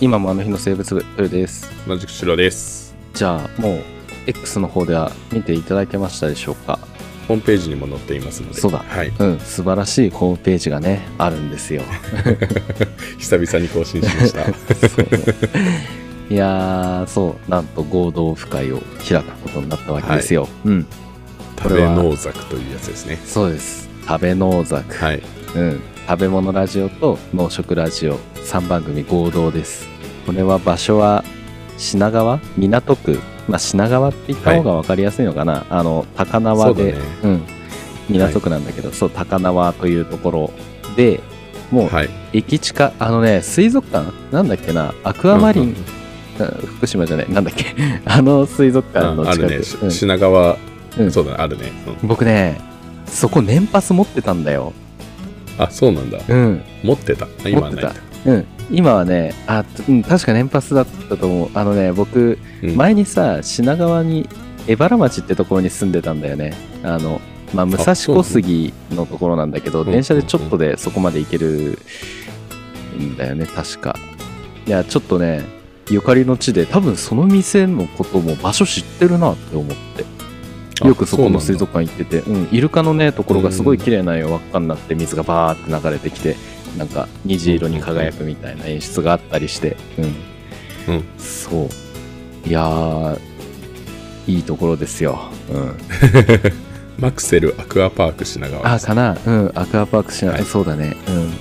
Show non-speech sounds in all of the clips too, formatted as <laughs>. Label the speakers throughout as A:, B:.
A: 今もあの日の生物部トヨです
B: 同じくしろです。
A: じゃあもう X の方では見ていただけましたでしょうか
B: ホームページにも載っていますので。
A: そうだ
B: はい。
A: うん素晴らしいホームページがねあるんですよ
B: 久々に更新しま
A: <laughs>
B: した。
A: そういやーそうなんと合同オフ会を開くことになったわけですよ、うん
B: 食べ農作というやつですね。
A: そうです食べ農作、
B: はい。
A: うん、食べ物ラジオと農食ラジオ3番組合同ですこれは場所は品川港区、まあ、品川って言った方が分かりやすいのかな、あの高輪で
B: そうだね
A: うん、港区なんだけど、そう高輪というところでもう
B: はい。
A: 駅近、あのね水族館なんだっけなアクアマリン、
B: うんうん
A: あ福島じゃないなんだっけ <laughs> あの水族館の
B: ああ
A: 近
B: る
A: く、
B: ね。し
A: うん
B: 品川
A: う、ん
B: そうだね、あるね。うん
A: 僕ねそこ年パス持ってたんだよ
B: あ、そうなんだ。
A: うん
B: 持ってた。あ今はないんだ
A: 持っ。うん、今はねあ、うん、確か年パスだったと思うあのね僕
B: うん
A: 前にさ品川に荏原町ってところに住んでたんだよねあの、まあ、武蔵小杉のところなんだけど
B: うん
A: 電車でちょっとでそこまで行けるんだよね確かいやちょっとねゆかりの地で多分その店のことも場所知ってるなって思って
B: あ
A: よくそこの
B: う
A: 水
B: なんだ
A: 族館行っててうん、イルカのねところがすごい綺麗な輪っかになって水がバーって流れてきてなんか虹色に輝くみたいな演出があったりして、うん
B: うん
A: そういやーいいところですよ、うん、
B: マクセルアクアパーク品川
A: あ。かなうんアクアパークしな、
B: はい
A: そうだねうん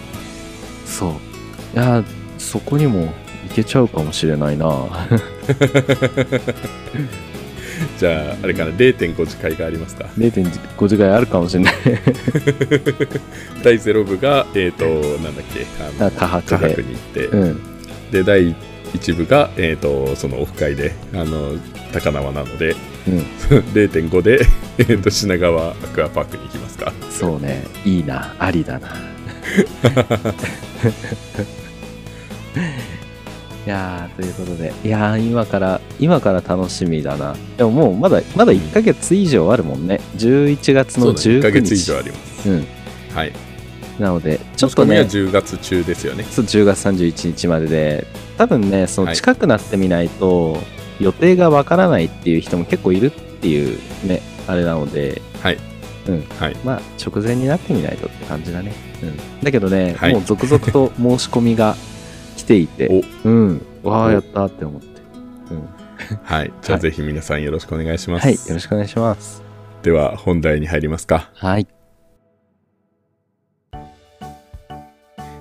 A: そういやーそこにも行けちゃうかもしれないな <laughs>
B: じゃあ、あれかな、0.5次会がありますか。 <laughs>
A: 0.5時間あるかもしれない
B: 第0部が、えっと、なんだっけ、あ
A: あ
B: の
A: 科博で
B: 科博に行って
A: う。ん
B: で第1部が、えー、とそのオフ会であの高輪なので
A: うん
B: 0.5で、 <laughs> えー、と品川アクアパークに行きますか
A: そうねいいなありだ
B: <laughs>
A: ないやーということでいやー今から今から楽しみだなでももうまだまだ1ヶ月以上あるもんね11月
B: そ
A: の
B: うだね1
A: 19
B: ヶ
A: 日
B: 月以上あります
A: うん
B: はい
A: なのでちょっとね
B: 申し込みは10月中ですよね
A: そう10月31日までで多分ねその
B: はい
A: 近くなってみないと予定がわからないっていう人も結構いるっていうねあれなので
B: はい
A: うん
B: はい
A: まあ直前になってみないとって感じだね、うん、だけどね、
B: はい
A: もう続々
B: <laughs>
A: と申し込みが来ていてう
B: お
A: んわあ
B: お
A: やったって思って、うん、
B: はいじ
A: は
B: ゃあ
A: い
B: ぜひ皆さんよろしくお願いします、
A: はいよろしくお願いします
B: では本題に入りますか、
A: はい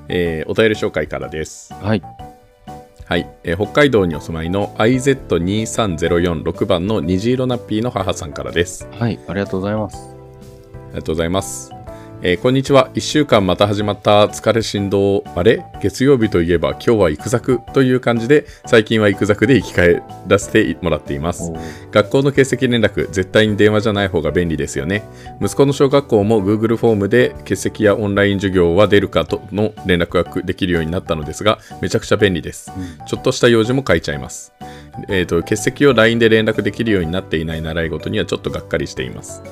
B: えーお便り紹介からです
A: はい
B: はい、えー北海道にお住まいの IZ23046 番の虹色ナッピーの母さんからです
A: はいありがとうございます
B: ありがとうございます。えーこんにちは。1週間また始まった疲れ振動。あれ月曜日といえば今日は行くざくという感じで、最近は行くざくで生き返らせてもらっています
A: お。ー
B: 学校の欠席連絡、絶対に電話じゃない方が便利ですよね。息子の小学校も Google フォームで欠席やオンライン授業は出るかとの連絡ができるようになったのですが、めちゃくちゃ便利です。ちょっとした用事も書いちゃいます。えっ、と、欠席を LINE で連絡できるようになっていない習い事にはちょっとがっかりしています。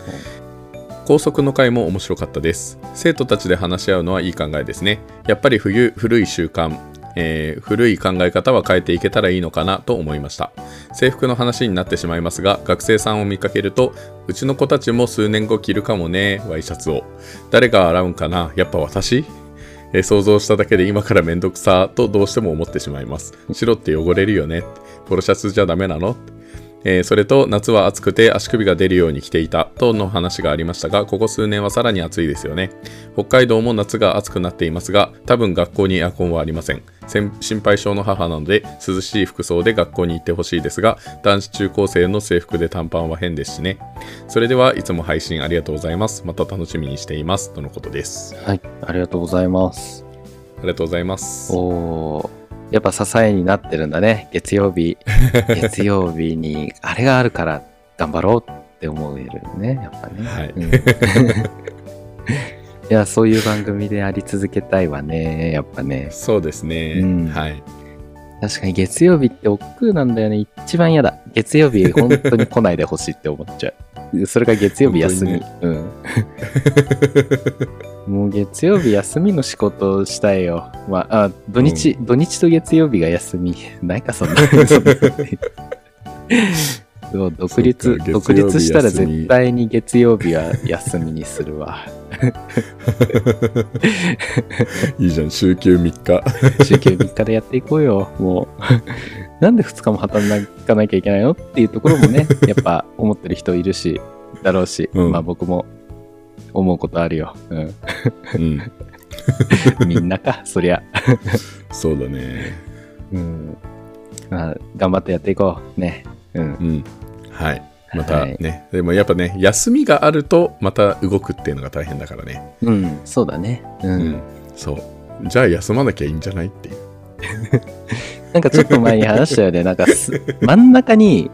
B: 高速の会も面白かったです。生徒たちで話し合うのはいい考えですね。やっぱり冬古い習慣、えー古い考え方は変えていけたらいいのかなと思いました。制服の話になってしまいますが、学生さんを見かけると、うちの子たちも数年後着るかもね、ワイシャツを。誰が洗うんかなやっぱ私えー想像しただけで今からめんどくさとどうしても思ってしまいます。白って汚れるよね。ポロシャツじゃダメなのえーそれと夏は暑くて足首が出るように着ていたとの話がありましたがここ数年はさらに暑いですよね北海道も夏が暑くなっていますが多分学校にエアコンはありません先心配性の母なので涼しい服装で学校に行ってほしいですが男子中高生の制服で短パンは変ですしねそれではいつも配信ありがとうございますまた楽しみにしていますとのことです
A: はいありがとうございます
B: ありがとうございます
A: おーやっぱ支えになってるんだね月曜
B: <laughs>
A: 日月曜日にあれがあるから頑張ろうって思えるねやっぱね、
B: はい
A: うん <laughs> いやそういう番組であり続けたいわねやっぱね
B: そうですね、
A: うん
B: はい
A: 確かに月曜日って億劫なんだよね。一番嫌だ。月曜
B: <laughs>
A: 日本当に来ないでほしいって思っちゃう。それが月曜日休み。うん。もう月曜日休みの仕事をしたいよ。まあ、あ土日、土日と月曜日が休み。ないか、そ
B: <laughs>
A: んな。そんなそう独
B: そ
A: 立
B: うか月曜日
A: 独立したら
B: 休み
A: 絶対に月曜日は休みにするわ。
B: いいじゃん、週休3日。
A: 週休3日でやっていこうよ、もう。 <laughs> なんで2日も働かなきゃいけないのっていうところもね、
B: <laughs>
A: やっぱ思ってる人いるし、だろうし、
B: うん
A: まあ僕も思うことあるよ。う
B: <laughs> うん、
A: ん、みんな
B: <laughs>
A: か、そりゃ。
B: そうだね。
A: うん。まあ、頑張ってやっていこう。ね。うん。
B: うん。はい。また
A: はい
B: ね、でもやっぱね、休みがあると、また動くっていうのが大変だからね。
A: うん、そうだね。う。
B: うんん。そう。じゃあ休まなきゃいいんじゃないっていう。
A: なんかちょっと前に話したよ
B: <laughs>
A: ね、なんかす真ん中に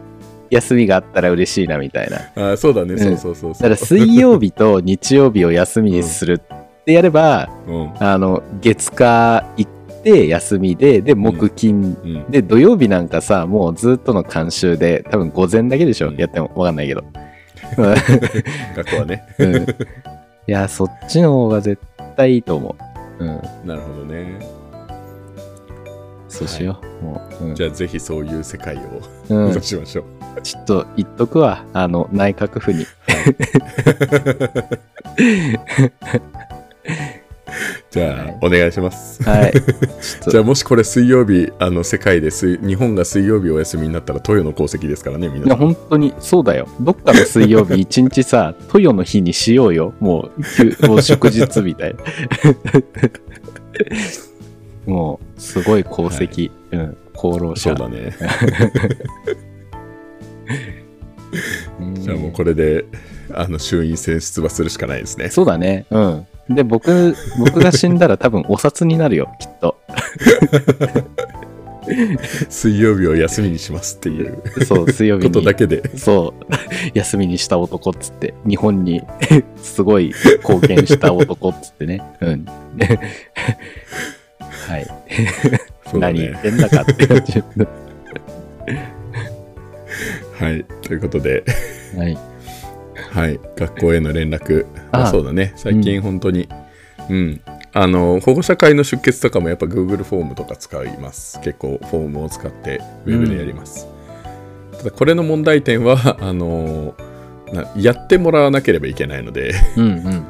A: 休みがあったら嬉しいなみたいな。
B: あーそうだね、
A: ん
B: そうそうそう
A: だか
B: そう。
A: ら水曜日と日曜日を休みにするってやれば、
B: うん。
A: あの月火行って休みでで木金、
B: うん。
A: で土曜日なんかさもうずっとの監修で多分午前だけでしょ、
B: うん
A: やってもわかんないけど、
B: <laughs> 学校はね。 <laughs>
A: うん、いやそっちの方が絶対いいと思う、うん、
B: なるほどね。
A: そうしよう、もう、うん
B: じゃあぜひそういう世界を
A: う
B: 目
A: ん
B: 指しましょう。
A: ちょっと言っとくわあの内閣府に
B: じゃあ、
A: はい
B: お願いします。
A: はい
B: じ
A: ち
B: ゃ
A: ょ
B: あ
A: っ
B: もしこれ水曜日、あの世界です、日本が水曜日お休みになったら、豊の功績ですからね、みん
A: といや
B: な。
A: 本当にそうだよどっかの水曜
B: <laughs>
A: 日一日さ豊の日にしようよもう休もう祝日みたいな <laughs> もうすごい功績、うん功労
B: そ
A: 者
B: うだね。
A: うん
B: じゃあもうこれで、あの衆院選出馬するしかな
A: <laughs>
B: いですね。
A: そうだね。うん。で、僕、僕が死んだら多分お札になるよ、きっと。
B: 水曜日を休みにしますっていう
A: そう、水曜日
B: こと
A: に
B: だ。けで、
A: そう、休みにした男っつって、日本に <laughs> すごい貢献した男っつってね。うん。 <laughs> はい。
B: そうだ
A: <laughs> 何言
B: ね
A: っ。てんだかって感じ。
B: はい。ということで、
A: <laughs> はい。
B: はい。学校への連絡。
A: あ
B: まあ、そうだね。最
A: う
B: 近本当に、うん、あの、保護者会の出欠とかもやっぱ Google フォームとか使います。結構フォームを使ってウェブでやります。ただ、これの問題点は、 <laughs> あの、なやってもらわなければいけないので、
A: うんうん。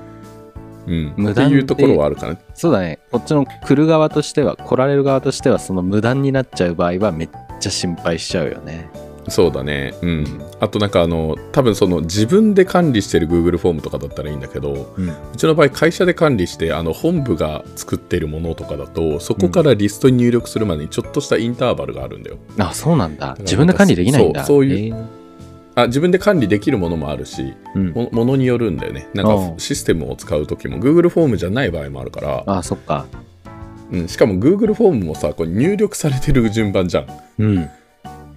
B: うん。
A: 無
B: って
A: 断で
B: いうところはあるかな。
A: そうだね。こっちの来る側としては、来られる側としては、その無断になっちゃう場合はめっちゃ心配しちゃうよね。
B: そうだね。うん。あとなんかあの、多分その自分で管理してる Google フォームとかだったらいいんだけど、
A: うん。
B: うちの場合会社で管理してあの本部が作ってるものとかだとそこからリストに入力するまでにちょっとしたインターバルがあるんだよ。
A: あ、そうなんだ。
B: から
A: 自分で管理できないんだ。
B: そうそうい
A: えー
B: あ自分で管理できるものもあるし
A: うん
B: もものによるんだよねなんか
A: うん
B: システムを使う時も Google フォームじゃない場合もあるから、
A: あそっか。
B: うん、しかも Google フォームもさこれ入力されてる順番じゃん
A: うん。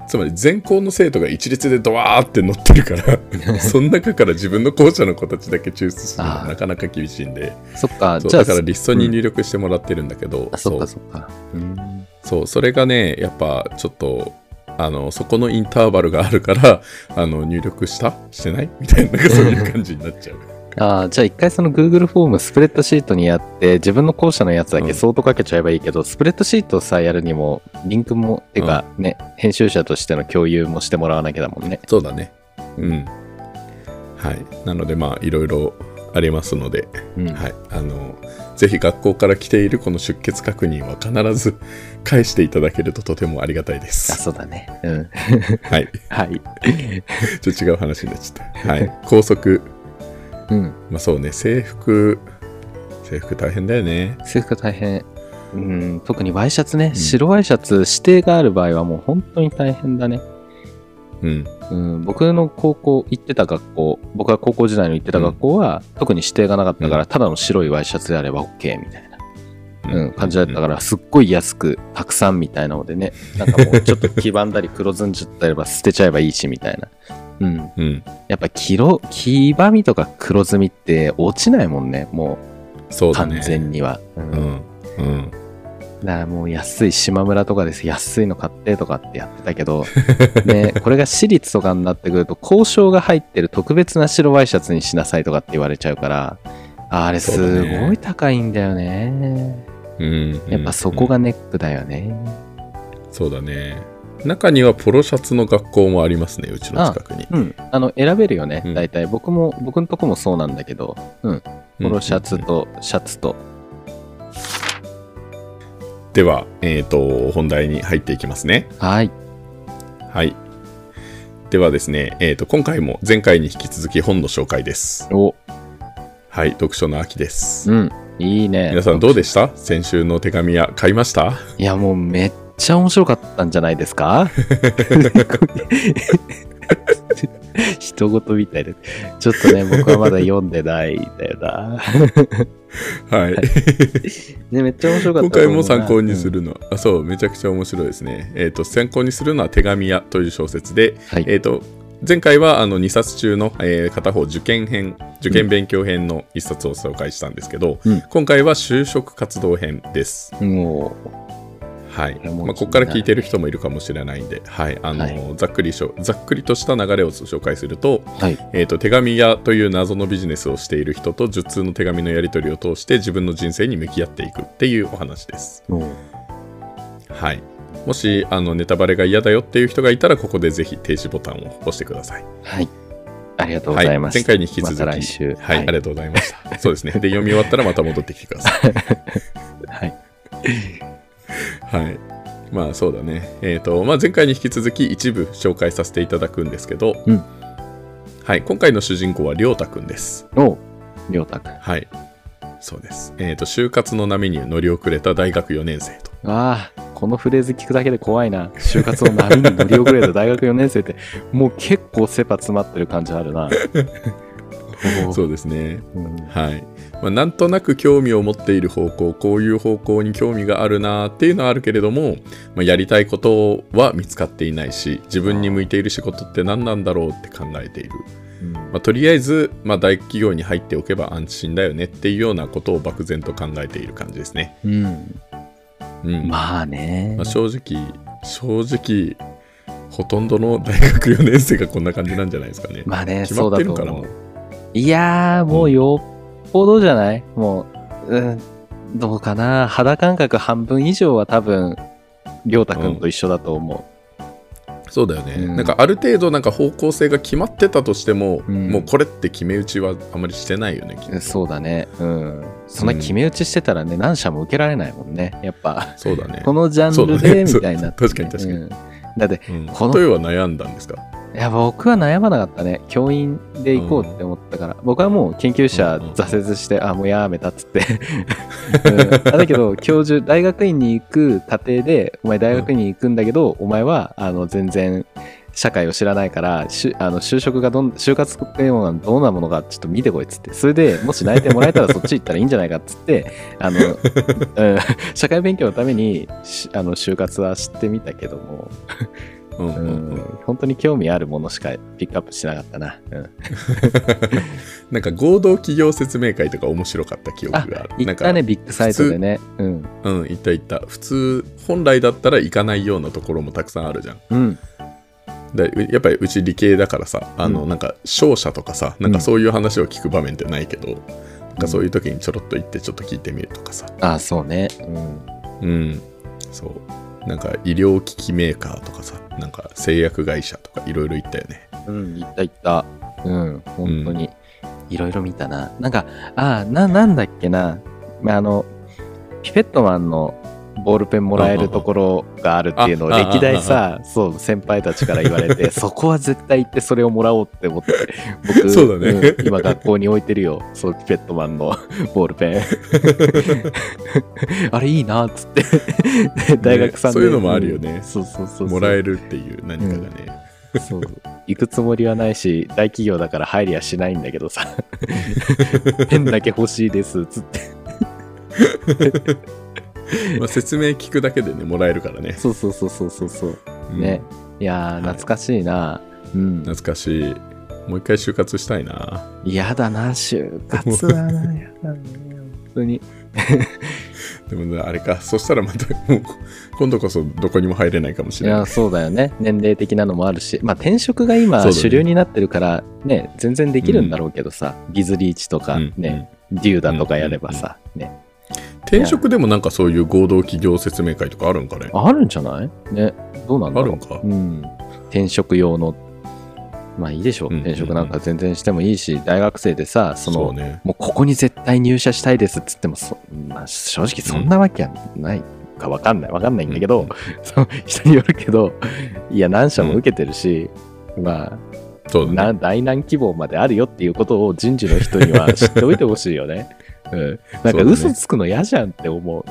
B: つまり全校の生徒が一律でドワーって載ってるから
A: <laughs>
B: その中から自分の校舎の子たちだけ抽出するの
A: あ
B: は
A: ー
B: なかなか厳しいんで
A: そっか。
B: そう
A: じゃあ、
B: だからリストに入力してもらってるんだけど、
A: あ、そっかそっか。うん。
B: そう、それがね、やっぱちょっと、あの、そこのインターバルがあるから、あの、入力したしてないみたいな、なんかそういう感じに
A: <laughs>
B: なっちゃう。
A: ああ、じゃあ一回その Google フォームスプレッドシートにやって、自分の校舎のやつだ
B: う
A: け
B: ん
A: 相当かけちゃえばいいけど、スプレッドシートさえやるにも、リンクも、てかね、編集者としての共有もしてもらわなきゃだもんね。
B: そうだね。うん。はい。なので、まあ、いろいろありますので、
A: うん。
B: はい。あの、ぜひ学校から来ているこの出欠確認は必ず返していただけるととてもありがたいで
A: あ、
B: す。
A: そうだね。うん。
B: はい。
A: はい。
B: ちょっと違う話になっ
A: <laughs>
B: ちゃった。はい。校則、
A: うん。
B: まあそうね、制服、制服大変だよね。
A: 制服が大変。うん、特にワイシャツね、白ワイシャツ指定がある場合はもう本当に大変だね。
B: うん。
A: うん、僕の高校行ってた学校僕が高校時代の行ってた学校は、特に指定がなかったから、
B: う
A: ただの白いワイシャツであれば OK みたいな、
B: う
A: うん感じだったから、すっごい安くたくさんみたいなので <laughs> ねなんかもうちょっと黄ばんだり黒ずんじゃったりば捨てちゃえばいいしみたいな、うん、
B: うん。
A: やっぱ黄色黄ばみとか黒ずみって落ちないもんねも
B: そううだ
A: 完
B: ね。
A: 全にはう,、
B: うん。うん。
A: だからもう安い島村とかです安いの買ってとかってやってたけど、ね、これが私立とかになってくると交渉が入ってる特別な白ワイシャツにしなさいとかって言われちゃうからあれ
B: そうだ
A: す
B: ね
A: ごい高いんだよね
B: うん、
A: やっぱそこがネックだよね、
B: そうだね中にはポロシャツの学校もありますねうちの近くに
A: うんあの選べるよね
B: うん
A: 大体、僕も僕のとこもそうなんだけどポロシャツ
B: うん
A: とシャツと、
B: ではえっ、と本題に入っていきますね
A: はい
B: はいではですね、えー、と今回も前回に引き続き本の紹介です
A: お
B: はい読書の秋です
A: うんいいね
B: 皆さんどうでした先週の手紙屋買いました
A: いやもうめっちゃ面白かったんじゃないです <laughs> か人事みたいで。ちょっとね、僕はまだ読んでないんだよな。
B: はい
A: ね、めっちゃ面白かったと思
B: 今
A: うな。
B: 回も参考にするのは、あそうめちゃくちゃ面白いですね、えー、と参考にするのは「手紙屋」という小説で、
A: はい
B: えー、と前回はあの2冊中の、えー片方受験編受験勉強編の1冊を紹介したんですけど、
A: うん
B: 今回は就職活動編です、
A: うん。も
B: はい
A: いやもう
B: まあ、ここから聞いてる人もいるかもしれないんで、はいあの
A: はい
B: ざっくりしょざっくりとした流れを紹介すると,、
A: う、はい。
B: えー、と手紙屋という謎のビジネスをしている人と受通の手紙のやり取りを通して自分の人生に向き合っていくっていうお話です。
A: もう、
B: はい、もしあのネタバレが嫌だよっていう人がいたらここでぜひ停止ボタンを押してください。
A: はい。ありがとうございま
B: は
A: す。
B: 前回に引き続
A: ま
B: き、
A: た来週。
B: はい、ありがとうございました。そうですね。で読み終わったらまた戻ってきてください。
A: はい。
B: はい。まあそうだね。えっ、とまあ前回に引き続き一部紹介させていただくんですけど、
A: うん
B: はい今回の主人公はりょうたくんです。
A: おう、りょうたくん。
B: はい。そうです。えっ、と就活の波に乗り遅れた大学4年生と。
A: ああ、このフレーズ聞くだけで怖いな。就活の波に乗り遅れた大学4年生って、もう結構セパ詰まってる感じある
B: <laughs>
A: な。おう
B: そうですね。
A: うん
B: はいまあ、なんとなく興味を持っている方向こういう方向に興味があるなっていうのはあるけれども、まあ、やりたいことは見つかっていないし自分に向いている仕事って何なんだろうって考えている、
A: うん
B: まあ、とりあえず、まあ、大企業に入っておけば安心だよねっていうようなことを漠然と考えている感じですね、
A: うん、
B: うんま
A: まあね、
B: あ、正直正直ほとんどの大学4年生がこんな感じなんじゃないですかね、
A: まあね
B: 決
A: そ
B: ま
A: う
B: っ
A: だ
B: て
A: と
B: るから
A: 思
B: もう
A: ういやーもうよっぽどじゃないもう、うん、どうかな肌感覚半分以上は多分りょうたくんと一緒だと思
B: そうだよね、
A: うん
B: なんかある程度なんか方向性が決まってたとしても、
A: うん
B: もうこれって決め打ちはあまりしてないよねきっ
A: う、
B: と
A: そうだねうんそんな決め打ちしてたらね、何社も受けられないもんねやっぱ
B: そうだね
A: このジャンル
B: そうだ
A: で
B: ね
A: みたいになってね、
B: そう確かに確かに
A: うんだって
B: うん、
A: この
B: 例えば悩んだんですか
A: いや僕は悩まなかったね教員で行こうって思ったから、僕はもう研究者
B: うんうんうん
A: 挫折して、あもうやめたっつ
B: <laughs>
A: って、うんあだけど教授大学院に行く過程でお前大学院に行くんだけど、お前はあの全然社会を知らないからしゅあの就職がどん就活っていうものがどんなものかちょっと見てこいっつってそれでもし内定もらえたらそっち行ったらいいんじゃないかっつってあ
B: <laughs>
A: の、うん、社会勉強のためにしあの就活は知ってみたけども
B: うんうんうん
A: うん本当に興味あるものしかピックアップしなかったな。うん、
B: なんか合同企業説明会とか面白かった記憶
A: あ
B: がある
A: 行
B: な
A: っ
B: んか
A: たね、ビッグサイトでね。うん。
B: うん行った行った普通本来だったら行かないようなところもたくさんあるじゃん
A: うん。
B: でうやっぱりうち理系だからさあの、
A: うん
B: なんか商社とかさなんかそういう話を聞く場面ってないけど、なんかそういう時にちょろっと行ってちょっと聞いてみるとかさ
A: あ、そうね。うん。
B: うん、そうなんか医療機器メーカーとかさなんか製薬会社とかいろいろ行ったよね
A: うん、行った行った。うん、本当に。いろいろ見たな。なんか、あ、な、なんだっけな。まあ、あの、ピペットマンのボールペンもらえるところがあるっていうのを
B: うんうんうんあ
A: 歴代さ、そう、先輩たちから言われて、 <laughs> そこは絶対行ってそれをもらおうって思って、僕、
B: そうだね
A: ん今学校に置いてるよ。そう、ピペットマンのボール
B: <laughs>
A: ペン。 <laughs> あれいいな、っつって。で <laughs> 大学さん
B: そういうのもあるよね
A: そうそうそうそう。
B: もらえるっていう何かがね、
A: そう行くつもりはないし大企業だから入りはしないんだけどさペンだけ欲しいですつって
B: まあ、説明聞くだけでねもらえるからね、
A: そうそうそうそうそうそう
B: うん
A: ねいやー
B: い
A: 懐かしいな、うん
B: 懐かしいもう一回就活したいな
A: 嫌だな就活はなやだな本当に
B: でもねあれかそしたらまたもう今度こそどこにも入れないかもし
A: い
B: れない
A: やそうだよね年齢的なのもあるし、まあ、転職が
B: そうだ
A: 今
B: ね
A: 主流になってるから、ね、全然できるんだろうけどさ、ギズリーチとか、
B: うん
A: ねデューダとかやればさ、ね、
B: 転職でもなんかそういう合同企業説明会とかあるんかね
A: あるんじゃない、ね、どうなんだ
B: あ
A: ろ
B: る
A: うん
B: か
A: うん、転職用のまあいいでしょう、
B: うんうんうん
A: 転職なんか全然してもいいし大学生でさその
B: うね
A: もうここに絶対入社したいですっつってもそ、まあ、正直そんなわけはないかわかんないわかんないんだけど、
B: うん
A: <laughs> そう人によるけどいや何社も受けてるし、まあ
B: そうだね
A: な大難希望まであるよっていうことを人事の人には知っておいてほしいよ
B: <laughs>
A: ね。うん、なんか
B: そうだ
A: 嘘
B: ね
A: つくの嫌じゃんって思う。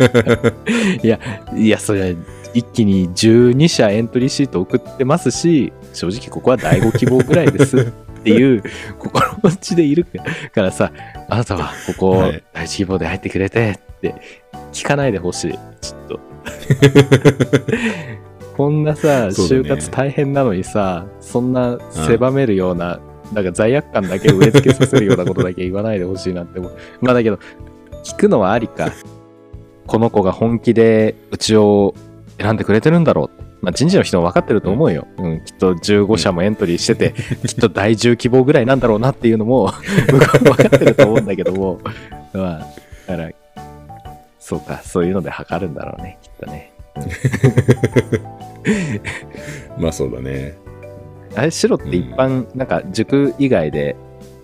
A: <laughs> いや、いや、それ一気に12社エントリーシート送ってますし、正直ここは第5希望ぐらいですって
B: <laughs>
A: いう心持ちでいるからさ、あなたはここ
B: はい
A: 第1希望で入ってくれてって聞かないでほしい、ちょっ
B: <laughs>
A: と。こんなさ、
B: そうだね
A: 就活大変なのにさ、そんな狭めるような、なんか罪悪感だけ植え付けさせるようなことだけ言わないでほしいなって思う。まあだけど、聞くのはありか。この子が本気でうちを選んでくれてるんだろう。まあ人事の人も分かってると思うよ。うん、きっと15社もエントリーしてて、 <laughs> きっと第10希望ぐらいなんだろうなっていうの <laughs> も、僕は分かってると思うんだけども、まあ、だから、そうか、そういうので測るんだろうね、きっとね。
B: まあそうだね
A: あれ、白って一般、なんか塾以外で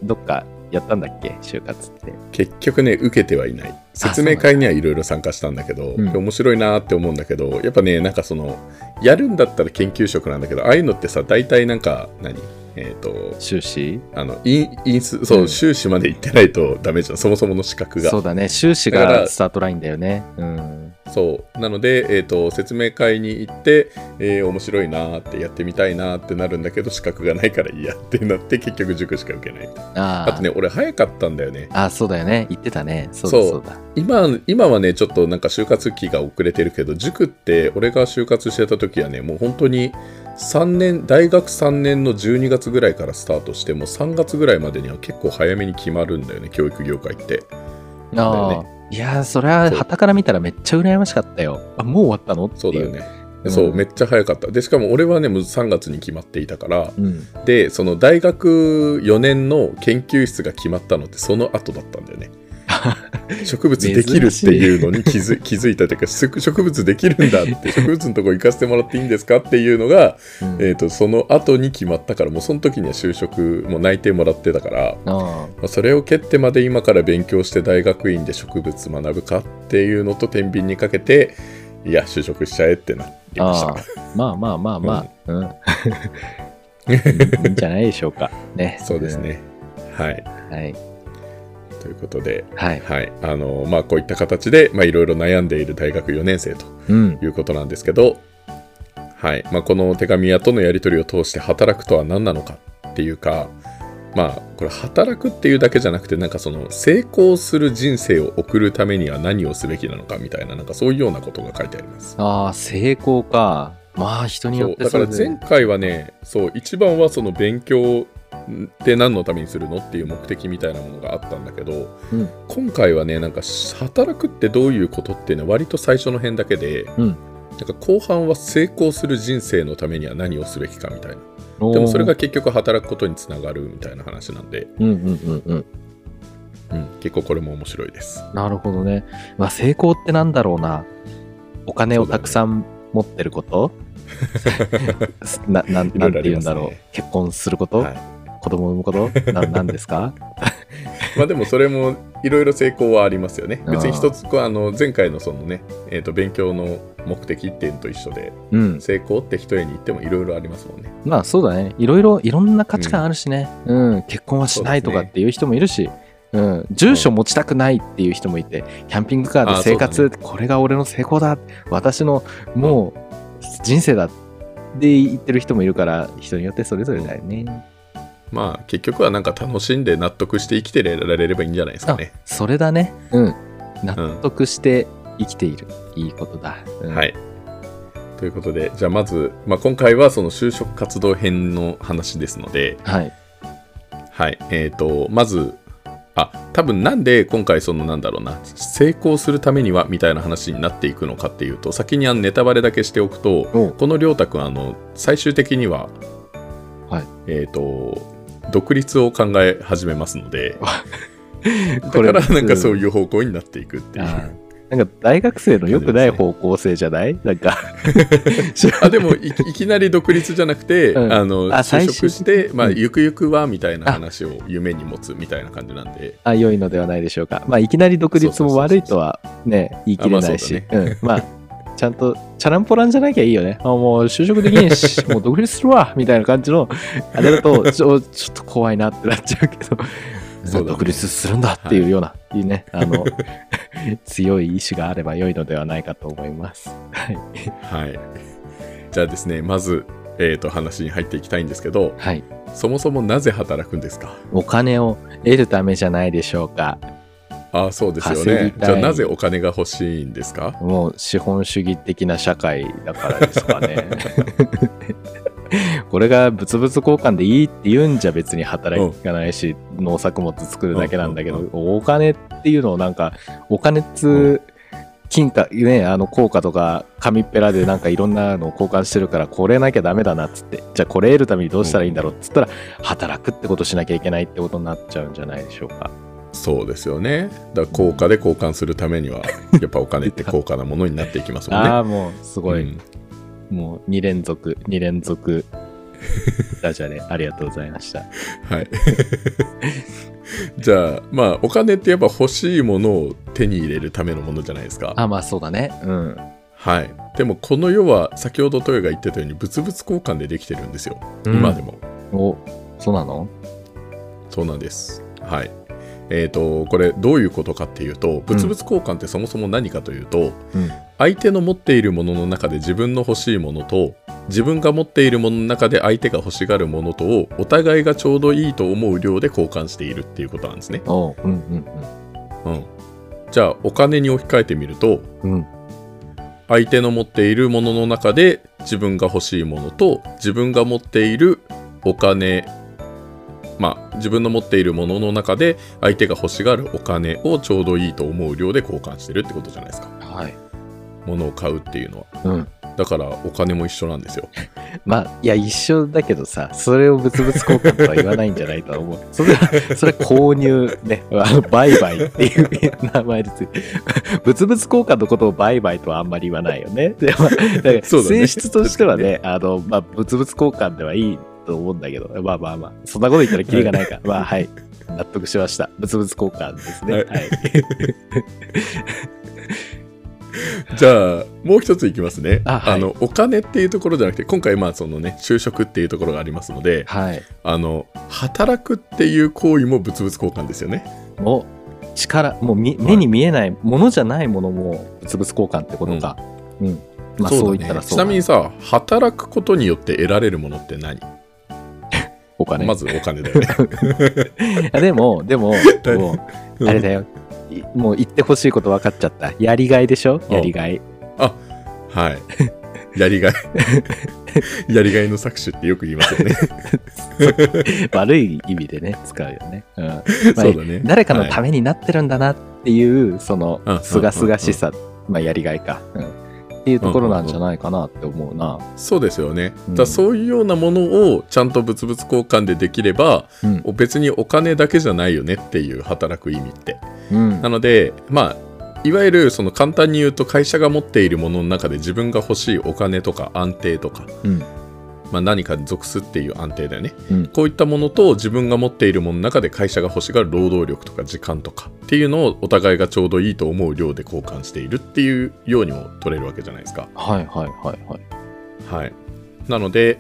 A: どっかやったんだっけ就活って。
B: 結局ね受けてはいない説明会にはいろいろ参加したんだけど、
A: うん
B: 面白いなって思うんだけどやっぱねなんかそのやるんだったら研究職なんだけどああいうのってさ大体なんか何えっ、と
A: 修士
B: あのインインスそう、
A: うん
B: 修士まで行ってないとダメじゃんそもそもの資格が
A: そうだね、修士
B: だから
A: がスタートラインだよね。うん。
B: そうなので、えー、と説明会に行って、えー面白いなーってやってみたいなーってなるんだけど資格がないからいいやってなって結局塾しか受けないあ
A: あー
B: とね俺早かったんだよね
A: あー、そうだよね。言ってたね。そうだ
B: そう
A: そうだ。
B: 今今はねちょっとなんか就活期が遅れてるけど塾って俺が就活してた時はねもう本当に3年大学3年の12月ぐらいからスタートしてもう3月ぐらいまでには結構早めに決まるんだよね教育業界って
A: あ
B: だ
A: あ
B: よ
A: いやーそれは
B: そう
A: 旗から見たらめっちゃ羨ましかったよ。あもう終わったのってい
B: そうだよねそう、
A: うん
B: めっちゃ早かったでしかも俺はねもう3月に決まっていたから、
A: うん、
B: でその大学4年の研究室が決まったのってその後だったんだよね植物できるっていうのに気づ気づいたというか植植物できるんだって植物のとこ行かせてもらっていいんですかっていうのが、
A: うん
B: えー、とその後に決まったからもうその時には就職も内定もらってたから、
A: あ
B: まあそれを蹴ってまで今から勉強して大学院で植物学ぶかっていうのと天秤にかけていや就職しちゃえってなって
A: あ
B: ました
A: ああまあまあまあまあ、
B: <laughs>
A: うんいいんじゃないでしょうか。ね。
B: そうですね、はい
A: うん。はい。
B: ということで
A: はい。
B: はい、あのまあこういった形でまあいろいろ悩んでいる大学4年生と
A: うん。
B: いうことなんですけど、はいまあ、この手紙屋とのやり取りを通して働くとは何なのかっていうかまあこれ働くっていうだけじゃなくてなんかその成功する人生を送るためには何をすべきなのかみたいななんかそういうようなことが書いてあります。
A: ああ、成功か。まあ、人によ
B: そ
A: っ
B: う
A: て
B: だから
A: ぞれ
B: 前回はねそう一番はその勉強って何のためにするのっていう目的みたいなものがあったんだけど、
A: うん
B: 今回はねなんか働くってどういうことってね割と最初の辺だけで、
A: うん
B: なんか後半は成功する人生のためには何をすべきかみたいな
A: おー
B: でもそれが結局働くことにつながるみたいな話なんで、
A: うんうんうんうん。
B: うん、結構これも面白いです
A: なるほどね。まあ、成功ってなんだろうな。お金をたくさん持ってること、
B: <laughs>
A: <laughs> ななん
B: いろ
A: ないん
B: ろ
A: て言
B: あ
A: う
B: りま
A: ん
B: す
A: だ
B: ね
A: ろう。結婚すること、
B: はい
A: 子供を産むことななんですか
B: まあでもそれもいろいろ成功はありますよね
A: あー
B: 別に一つこうあの前回のそのね、えー、と勉強の目的っていうのと一緒で
A: うん。
B: 成功って一重に言ってもいろいろありますもんね
A: まあそうだね。いろいろ、いろんな価値観あるしね。うん。結婚はしないとかっていう人もいるし、うん。住所持ちたくないっていう人もいて、キャンピングカーで生活、
B: あ
A: これが俺の成功だ。私のもう人生だって言ってる人もいるから、人によってそれぞれだよね。
B: まあ結局はなんか楽しんで納得して生きてられればいいんじゃないですか
A: あ
B: ね、
A: それだね。うん。
B: う
A: 納
B: ん、
A: 得して生きている。いいことだ。うん
B: はい。ということで、じゃあまず、まあ、今回はその就職活動編の話ですので、
A: はい。
B: はい。えっ、と、まず、あ多分なんで今回そのなんだろうな成功するためにはみたいな話になっていくのかっていうと先にあのネタバレだけしておくと
A: おう
B: この亮太君あの最終的には、
A: はい
B: えっ、と独立を考え始めますのでだ
A: こ
B: か
A: れ
B: らなんかそう
A: う
B: いう方向になっていくってい
A: んあ
B: う。
A: ーなんか大学生の良くない方向性じゃないなんか
B: あでもいいきなり独立じゃなくて、
A: <laughs> うん
B: あの
A: あ
B: 就職して、まあ、
A: うん
B: ゆくゆくはみたいな話を夢に持つみたいな感じなんで、
A: あ良いのではないでしょうかまあいきなり独立も悪いとはね言い切れないしうんまあちゃんとチャランポランじゃなきゃいいよねあもう就職できんしもう独立するわみたいな感じのあれだ <laughs> とちょちょっと怖いなってなっちゃうけど
B: そうだね
A: 独立するんだっていうような、い、いねあの <laughs> 強い意志があれば良いのではないかと思いますはい
B: はい、 <laughs> じゃあですねまず、えー、と話に入っていきたいんですけど
A: はい
B: そもそもなぜ働くんですか
A: お金を得るためじゃないでしょうか
B: ああそうですよ
A: 稼ぎ
B: ね
A: たい
B: じゃあなぜお金が欲しいんですか
A: もう資本主義的な社会だからですかね。これが物々交換でいいって言うんじゃ別に働かないし、農作物作るだけなんだけど、
B: うん
A: お金っていうのをなんかお金っつう、金貨ねあの硬貨とか紙っぺらでなんかいろんなのを交換してるからこれなきゃダメだなっつってじゃあこれ得るためにどうしたらいいんだろうっつったら働くってことしなきゃいけないってことになっちゃうんじゃないでしょうか。
B: そうですよねだから高価で交換するためにはやっぱお金って高価なものになっていきますもん
A: <laughs>
B: ね
A: ああもうすごい、
B: うん
A: もう2連続、2連続。ダジャレ、ありがとうございました。
B: はい <laughs> じゃあまあお金ってやっぱ欲しいものを手に入れるためのものじゃないですか
A: <laughs> あ、まあそうだね。うん。
B: はいでもこの世は先ほどトヨが言ってたように物々交換でできてるんですよ、今でも
A: お、そうなの
B: そうなんです。はい。えー、とこれどういうことかっていうと物々交換ってそもそも何かというと、
A: うん。
B: 相手の持っているものの中で自分の欲しいものと自分が持っているものの中で相手が欲しがるものとをお互いがちょうどいいと思う量で交換しているっていうことなんですね。
A: おう、うんうん
B: うん、じゃあお金に置き換えてみると
A: うん。うん。
B: 相手の持っているものの中で自分が欲しいものと自分が持っているお金まあ自分の持っているものの中で相手が欲しがるお金をちょうどいいと思う量で交換してるってことじゃないですか
A: はい。
B: 物を買うっていうのは
A: うん。
B: だからお金も一緒なんです
A: <laughs>
B: よ
A: まあ、いや、一緒だけどさ、それを物々交換とは言わないんじゃないとは思う。 <laughs> それは、それ購入、ね、あの、売買っていう名前です。 <laughs> 物々交換のことを売買とはあんまり言わないよね。でまあ、だから
B: <laughs> そうだね
A: 性質としてはね、あの、まあ、物々交換ではいいと思うんだけど、まあまあまあ、そんなこと言ったらキリがないから、まあはい、納得しました。物々交換ですね。
B: は
A: はいい。
B: <laughs> じゃあもう一ついきますね
A: あはい
B: のお金っていうところじゃなくて今回まあそのね就職っていうところがありますので
A: はい。
B: あの働くっていう行為も物々交換ですよね
A: お力、もうみ目に見えないものじゃないものも物々交換ってことか。うん。まあ
B: だ
A: そう言ったら
B: ね、
A: そ
B: ち
A: うだ
B: なみ
A: ね
B: にさ働くことによって得られるものって何
A: お金
B: まずお金だよね
A: あでも、で
B: <laughs>
A: も、
B: 誰
A: もう、 <laughs> あれだよ。いもう言ってほしいこと分かっちゃった。やりがいでしょ
B: うん
A: やりがい。
B: はいやりが
A: <laughs>
B: いやりがいの搾取ってよく言いますよね
A: 悪い意味でね、使うよね。うん。 <laughs> まあ
B: <laughs> そうだね
A: 誰かのた
B: め、
A: めになってるんだなっていう、その
B: うん、
A: すがすがしさ、まあ、やりがいか。うん。っていうところなんじゃないかなって思うな。
B: はいそうですよね、
A: うん
B: だからそういうようなものをちゃんと物々交換でできれば
A: うん。
B: 別にお金だけじゃないよねっていう働く意味って
A: うん
B: な。のでまあいわゆるその簡単に言うと会社が持っているものの中で自分が欲しいお金とか安定とか
A: うん。
B: まあ、何かに属すっていう安定だよね、
A: うん
B: こういったものと自分が持っているものの中で会社が欲しがる労働力とか時間とかっていうのをお互いがちょうどいいと思う量で交換しているっていうようにも取れるわけじゃないですか。
A: はいはいはいはい。
B: はい、なので、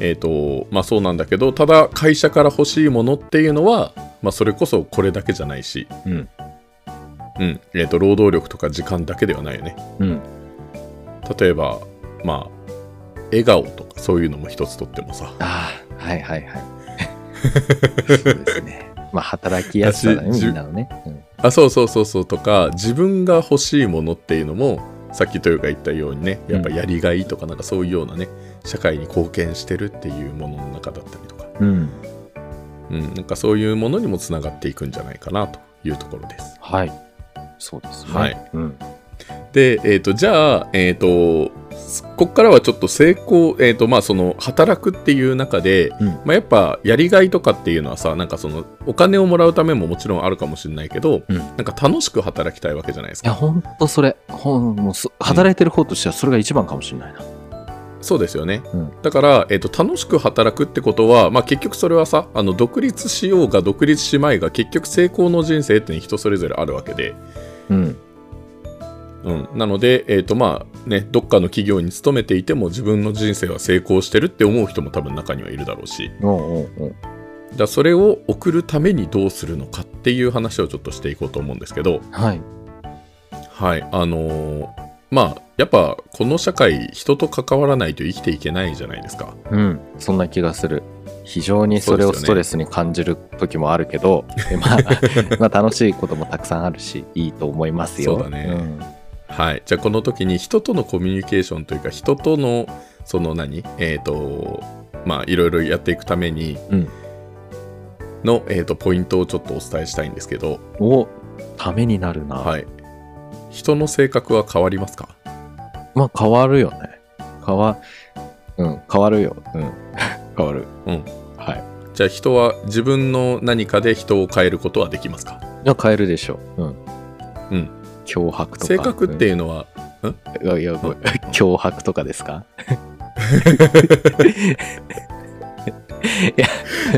B: えーとまあ、そうなんだけどただ会社から欲しいものっていうのは、まあ、それこそこれだけじゃないし、
A: うん。
B: うんえー、と労働力とか時間だけではないよね。
A: うん。
B: 例えば、まあ、笑顔とかそういうのも一つとってもさ
A: ああ、はいはい <laughs> はい。そうですね。まあ、働きやすさだね、
B: 私
A: みんなのね。うん
B: あそうそうそうそうとか自分が欲しいものっていうのもさっきというか言ったようにねやっぱやりがいとかなんかそういうようなね社会に貢献してるっていうものの中だったりとか、
A: うん。
B: うん、なんかそういうものにもつながっていくんじゃないかなというところです。
A: はい。そうですね。
B: はい。
A: うん。
B: で、えー、とじゃあ、えー、とここからはちょっと成功、えーとまあ、その働くっていう中で、
A: うん
B: まあ、やっぱやりがいとかっていうのはさなんかそのお金をもらうためももちろんあるかもしれないけど、
A: うん
B: なんか楽しく働きたいわけじゃないです
A: いや、
B: か。
A: ほんとそれ、ほんもうそ働いてる方としてはそれが一番かもしれないな。
B: そうですよね、
A: うん
B: だから、えー、と楽しく働くってことは、まあ、結局それはさあの独立しようが独立しまいが結局成功の人生って人それぞれあるわけで。
A: うん。
B: うん、なので、えーとまあね、どっかの企業に勤めていても自分の人生は成功してるって思う人も多分中にはいるだろうし
A: おうおうおう
B: だからそれを送るためにどうするのかっていう話をちょっとしていこうと思うんですけど、
A: はい。
B: はいあのーまあ、やっぱこの社会人と関わらないと生きていけないじゃないですか。
A: うん。そんな気がする。非常にそれをストレスに感じる時もあるけ <laughs> ど、でまあ、まあ楽しいこともたくさんあるし、いいと思いますよ。
B: そうだねはい、じゃあこの時に人とのコミュニケーションというか人とのその何えっ、とまあいろいろやっていくために
A: うん
B: の、えー、とポイントをちょっとお伝えしたいんですけど、
A: うん。おためになるな。
B: はい。人の性格は変わりますか
A: まあ変わるよね。変わ、うん、変わるよ。うん。 <laughs> 変わる。
B: うん。
A: はい。
B: じゃあ人は自分の何かで人を変えることはできますか
A: じゃあ変えるでしょう。うん。
B: うん。
A: 脅迫とか。
B: 性格っていうのは、
A: うん、いやいやごめん <laughs> 脅迫とかですか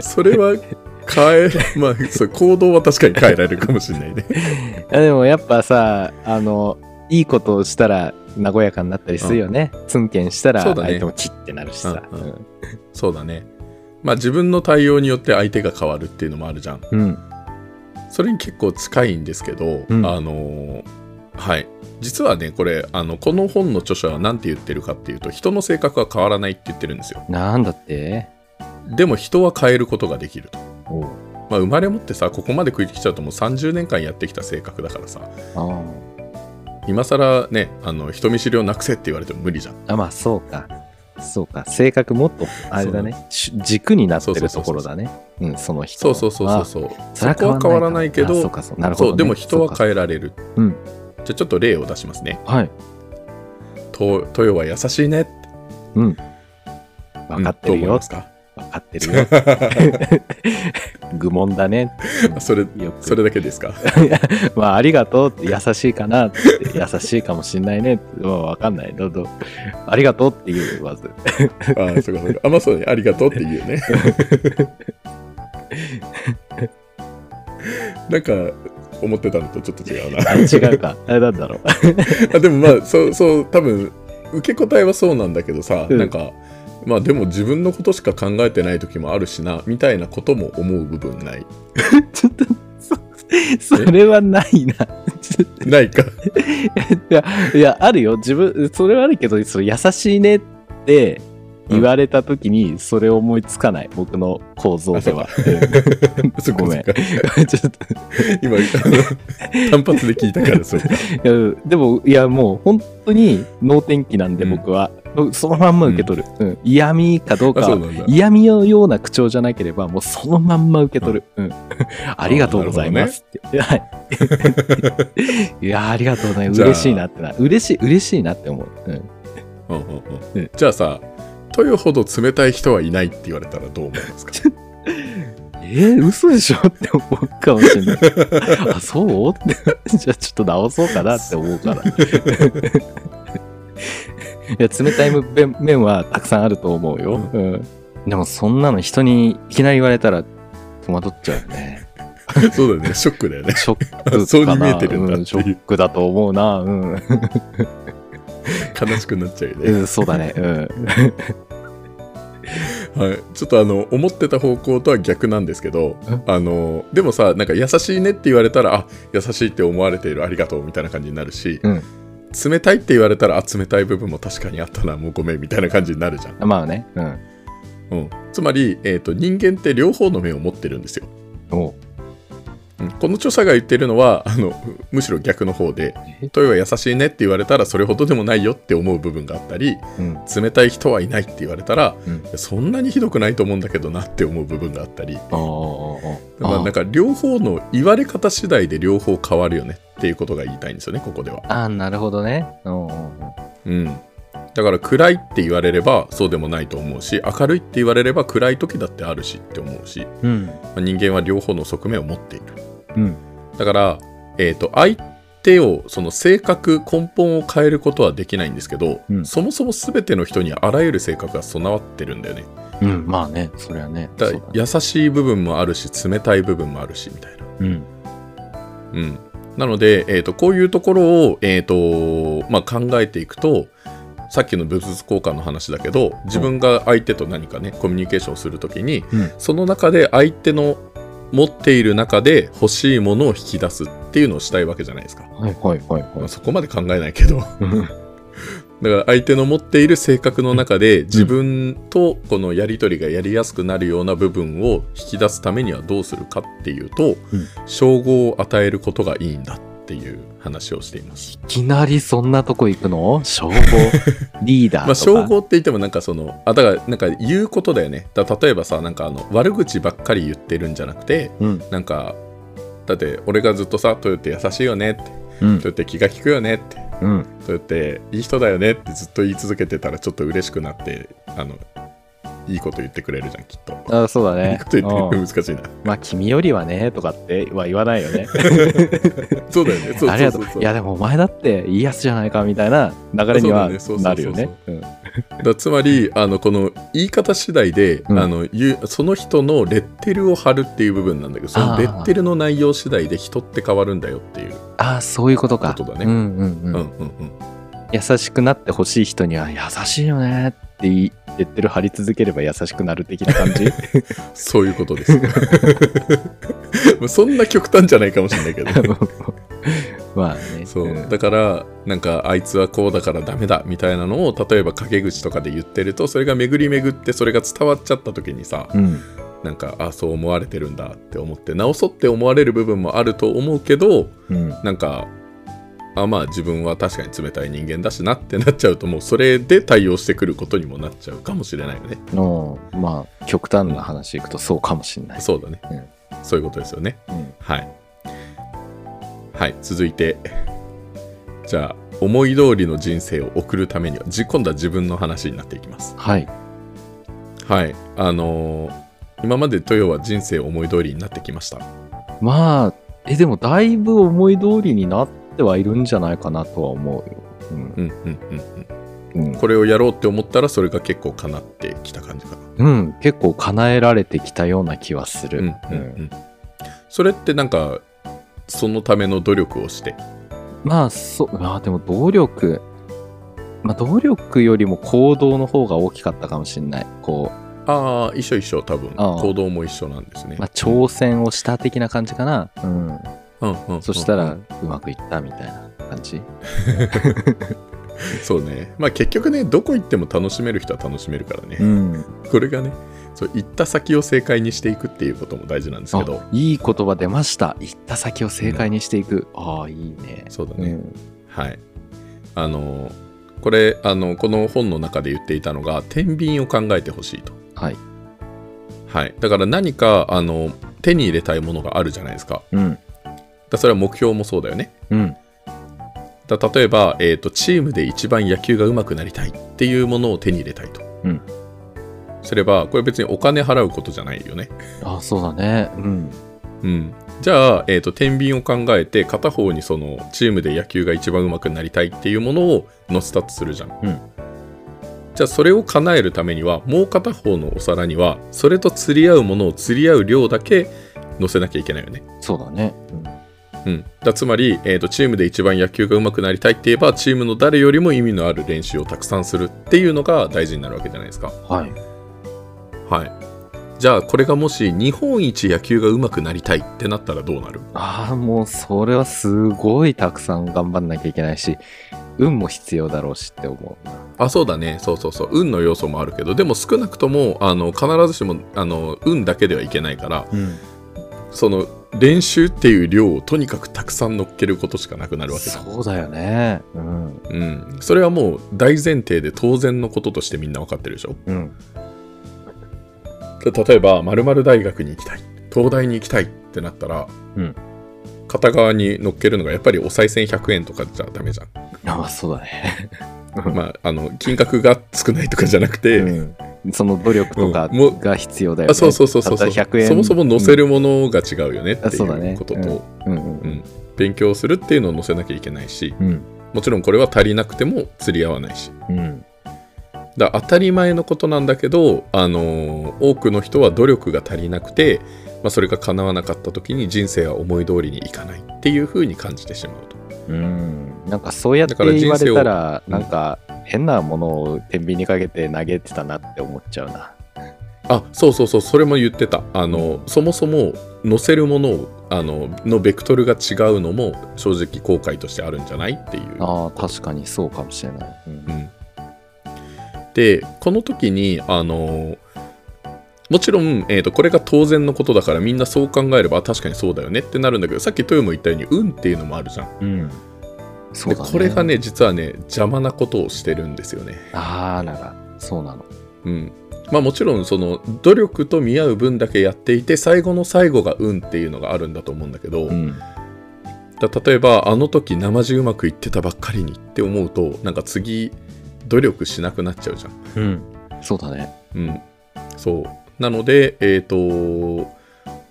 B: それは変え、 <laughs> まあ、そう行動は確かに変えられるかもしれないね。 <laughs>
A: いやでもやっぱさ、あの、いいことをしたら和やかになったりするよね。ツンケンしたら
B: そうだね
A: 相手もキッてなるしさ。
B: うんそうだね。まあ自分の対応によって相手が変わるっていうのもあるじゃん。
A: うん。
B: それに結構近いんですけど、
A: うん
B: あのーはい。実はね、これ、あの、この本の著者は何て言ってるかっていうと、人の性格は変わらないって言ってるんですよ。
A: なんだって
B: でも人は変えることができると。
A: おう
B: まあ、生まれ持ってさここまで食いてきちゃうともう30年間やってきた性格だからさ
A: あ
B: 今更ねあの人見知りをなくせって言われても無理じゃん
A: あ。あ、まあそうか。そうか。性格もっと、あれだね。し軸になってるところだね。うん、その人
B: そ
A: の。
B: うそうそうそうそう
A: あ
B: そこは変わらないけど
A: あそうかそう。なるほど、
B: そ
A: ね。
B: うでも人は
A: そうか
B: 変えられる
A: うん
B: じゃあちょっと例を出しますね
A: はい。
B: 「と豊は優しいね」って
A: うん。分かってる
B: うんどう思い
A: よ
B: ま。すか
A: 分かってるよ。 <laughs> 愚問だね。
B: それ
A: よく。
B: それだ
A: <laughs>
B: けですか
A: まあ、ありがとうって優しいかなって、優しいかもしんないねって、まあ、わかんない。どうどうありがとうっていう、まず。
B: ああそうかそうかあまあそうねありがとうって言う
A: <laughs>
B: よねなんか思ってたのとちょっと違うな
A: あ違う
B: <laughs>
A: か。あれなんだろう。
B: あでもまあそうそう多分受け答えはそうなんだけどさ、
A: うん
B: なんかまあでも自分のことしか考えてない時もあるしなみたいなことも思う部分ない
A: ちょっと、そそれはないな。ちょっと
B: ないか
A: いや、いや、あるよ。自分、それはあるけど、その優しいねって言われたときに、それ思いつかない。僕の構造では。
B: そっか
A: <laughs> ご
B: そ
A: め
B: っ
A: ん
B: か
A: うん <laughs> ちょっと
B: 今あの単発で聞いたからそうか
A: いやでも、いや、もう本当に能天気なんで、
B: うん
A: 僕は。そのまんま受け取る。うん嫌味かどうかは
B: あそうなんだ
A: 嫌味のような口調じゃなければ、もうそのまんま受け取る。うん。ありがとうございますって。
B: <laughs>
A: はい。いや、ありがとうございます。
B: じゃあ
A: 嬉しいなってな。嬉しい、嬉しいなって思う。うん。
B: うんうんう
A: うんん
B: じゃあさ豊ほど冷たい人はいないって言われたらどう思いますか <laughs>
A: えー、嘘でしょって思うかもしれない。あ、そうって。 <laughs> じゃあちょっと直そうかなって思うから。 <laughs> いや、冷たい面面はたくさんあると思うよ。うん。でもそんなの人にいきなり言われたら戸惑っちゃうよね。
B: <laughs> そうだよねショックだよね
A: ショックかな
B: そうに見えてるんだっていう
A: うショックだと思うな。うん。
B: 悲しくなっちゃうよ
A: う
B: ね、
A: ん、そうだね。うん。
B: はい、ちょっとあの思ってた方向とは逆なんですけど
A: え
B: あのでもさなんか優しいねって言われたらあ優しいって思われているありがとうみたいな感じになるし、
A: うん
B: 冷たいって言われたらあ冷たい部分も確かにあったなもうごめんみたいな感じになるじゃん、
A: まあね。うん。
B: うん、つまり、えー、と人間って両方の面を持ってるんですよ、
A: おう
B: うんこの著者が言ってるのはあのむしろ逆の方でトイは優しいねって言われたらそれほどでもないよって思う部分があったり
A: うん
B: 冷たい人はいないって言われたら、
A: うん
B: そんなにひどくないと思うんだけどなって思う部分があったり
A: あーあ
B: まあなん
A: ー
B: か両方の言われ方次第で両方変わるよねっていうことが言いたいんですよねここでは。
A: あーなるほどねうんうんうん
B: うん、だから暗いって言われればそうでもないと思うし明るいって言われれば暗い時だってあるしって思うし、
A: うん
B: まあ人間は両方の側面を持っている。
A: うん
B: だから、えー、と相手をその性格根本を変えることはできないんですけど、
A: うん
B: そもそも全ての人にあらゆる性格が備わってるんだよね。
A: うんまあねそれはね
B: だ
A: そうだね
B: 優しい部分もあるし冷たい部分もあるしみたいな。
A: うん
B: うん、なので、えー、とこういうところを、えーとまあ、考えていくとさっきの物々交換の話だけど自分が相手と何かねコミュニケーションをするときに
A: うん
B: その中で相手の持っている中で欲しいものを引き出すっていうのをしたいわけじゃないですか。
A: はいはいはい
B: ま
A: は
B: あ、
A: い
B: そこまで考えないけどだから相手の持っている性格の中で自分とこのやり取りがやりやすくなるような部分を引き出すためにはどうするかっていうと、称号を与えることがいいんだっていう話をしています。
A: いきなりそんなとこ行くの称号
B: <laughs>
A: リーダーとか、
B: まあ、称号って言ってもなんかそのあだからなんか言うことだよねだ例えばさなんかあの悪口ばっかり言ってるんじゃなくて
A: うん
B: なんかだって俺がずっとさ「トヨって優しいよね」って
A: うん
B: 「トヨって気が利くよね」って
A: うん
B: そうやっていい人だよねってずっと言い続けてたらちょっと嬉しくなってあのいいこと言ってくれるじゃんきっと。
A: あそうだ
B: いい
A: ね
B: こと言って
A: う
B: く
A: ん
B: れる難しいな。
A: まあ君よりはねとかっては言わない
B: <laughs>
A: よね
B: そうだよね。そう
A: あり
B: そう
A: がと
B: そううそう
A: いやでもお前だっていいやつじゃないかみたいな流れには
B: そう
A: な
B: だね
A: るよねうん
B: だつまりあのこの言い方次第で、
A: うん
B: あのゆその人のレッテルを貼るっていう部分なんだけどその
A: あー
B: レッテルの内容次第で人って変わるんだよっていう。
A: ああそういうことか
B: ことだね
A: うんうんうん
B: うんうんうん。
A: 優しくなってほしい人には優しいよねって言いレッテル貼り続ければ優しくなる的な感じ
B: <laughs>
A: <laughs>
B: そういうことです。 <laughs> まあそんな極端じゃないかもしれないけど
A: あ。のまあね
B: そううんだからなんかあいつはこうだからダメだみたいなのを例えば陰口とかで言ってるとそれが巡り巡ってそれが伝わっちゃった時にさ
A: うん
B: なんかあそう思われてるんだって思って直そうって思われる部分もあると思うけど
A: うん
B: なんかあまあ自分は確かに冷たい人間だしなってなっちゃうともうそれで対応してくることにもなっちゃうかもしれないよね
A: のまあ極端な話いくとそうかもしれない、
B: そうだね、
A: うん
B: そういうことですよね
A: うん
B: はい。はい、続いて。じゃあ、思い通りの人生を送るためには、じ今度は自分の話になっていきます。
A: はい
B: はい。あのー今まで豊は人生を思い通りになってきました。
A: まあえでもだいぶ思い通りになってはいるんじゃないかなとは思うようん
B: うんうんうんうん。
A: うん
B: これをやろうって思ったら、それが結構叶ってきた感じかな。
A: うん、結構叶えられてきたような気はする、
B: うんうんうん。それってなんか、そのための努力をして。
A: まあそうまあでも動力まあ努力よりも行動の方が大きかったかもしれないこ
B: ああ、一緒一緒、多分。
A: ああ
B: 行動も一緒なんですね。
A: う、まあ、挑戦をした的な感じかな、うん、
B: うんうんうん
A: そしたらうまくいったみたいな感じ
B: そうね。まあ結局ね、どこ行っても楽しめる人は楽しめるからね。
A: ん
B: これがね、そう行った先を正解にしていくっていうことも大事なんですけど
A: あ、いい言葉出ました行った先を正解にしていく、ああいいね
B: そうだ
A: う
B: ね。
A: ん
B: はい。あのー、これあの、この本の中で言っていたのが、天秤を考えてほしいと。
A: はい
B: はい。だから何か、あの、手に入れたいものがあるじゃないですか。
A: うん
B: だそれは目標もそうだよね。
A: うん
B: だ例えば、えーと、チームで一番野球が上手くなりたいっていうものを手に入れたいと。
A: うん
B: すれば、これ別にお金払うことじゃないよね。
A: ああそうだねうん
B: うん、じゃあ、えー、と天秤を考えて片方にそのチームで野球が一番上手くなりたいっていうものを載せたとするじゃん、
A: うん
B: じゃあそれを叶えるためにはもう片方のお皿にはそれと釣り合うものを釣り合う量だけ載せなきゃいけないよね、
A: そうだね、うん
B: うん、だつまり、えー、とチームで一番野球が上手くなりたいって言えばチームの誰よりも意味のある練習をたくさんするっていうのが大事になるわけじゃないですか
A: はい
B: はいじゃあこれがもし日本一野球が上手くなりたいってなったらどうなる
A: ああもうそれはすごいたくさん頑張んなきゃいけないし運も必要だろうしって思うな
B: あそうだねそうそうそう運の要素もあるけどでも少なくともあの必ずしもあの運だけではいけないからその練習っていう量をとにかくたくさん乗っけることしかなくなるわけだ
A: そうだよね。うん。
B: うん、それはもう大前提で当然のこととしてみんな分かってるでしょ
A: うん。
B: で例えば〇〇大学に行きたい東大に行きたいってなったら、
A: うん
B: 片側に乗っけるのがやっぱりお賽銭100円とかじゃダメじゃん、
A: ああ、そうだね。
B: まあ、あの金額が少ないとかじゃなくて、
A: うん、その努力とか
B: うんもう
A: が必要だよね。
B: あそうそうそうそう
A: た
B: そ
A: った100円
B: もそも載せるものが違うよねって
A: あそうだ
B: い
A: ね
B: うことと、
A: うんうん
B: うん勉強するっていうのを載せなきゃいけないし
A: うん
B: もちろんこれは足りなくても釣り合わないし
A: うん
B: だ当たり前のことなんだけど、あのー多くの人は努力が足りなくて、まあ、それが叶わなかった時に人生は思い通りにいかないっていう風に感じてしまうと。
A: うんなんかそうやって
B: だから
A: 言
B: 人生
A: われ
B: を
A: たら
B: うん
A: なんか変なものを天秤にかけて投げてたなって思っちゃうな。
B: あそうそうそうそれも言ってた。あのそもそも載せるものをあののベクトルが違うのも正直後悔としてあるんじゃないっていう。
A: ああ確かにそうかもしれない。うん
B: うんでこの時にあのもちろん、えー、とこれが当然のことだからみんなそう考えればあ確かにそうだよねってなるんだけどさっき豊も言ったように運っていうのもあるじゃん、
A: うんそ
B: で
A: うだね。
B: これがね実はね邪魔なことをしてるんですよね、
A: ああなんかそうなの。
B: うんまあ、もちろんその努力と見合う分だけやっていて最後の最後が運っていうのがあるんだと思うんだけど、
A: うん
B: だ例えばあの時生地うまくいってたばっかりにって思うとなんか次努力しなくなっちゃうじゃん
A: うんそうだね。
B: うん、そうなので、えーと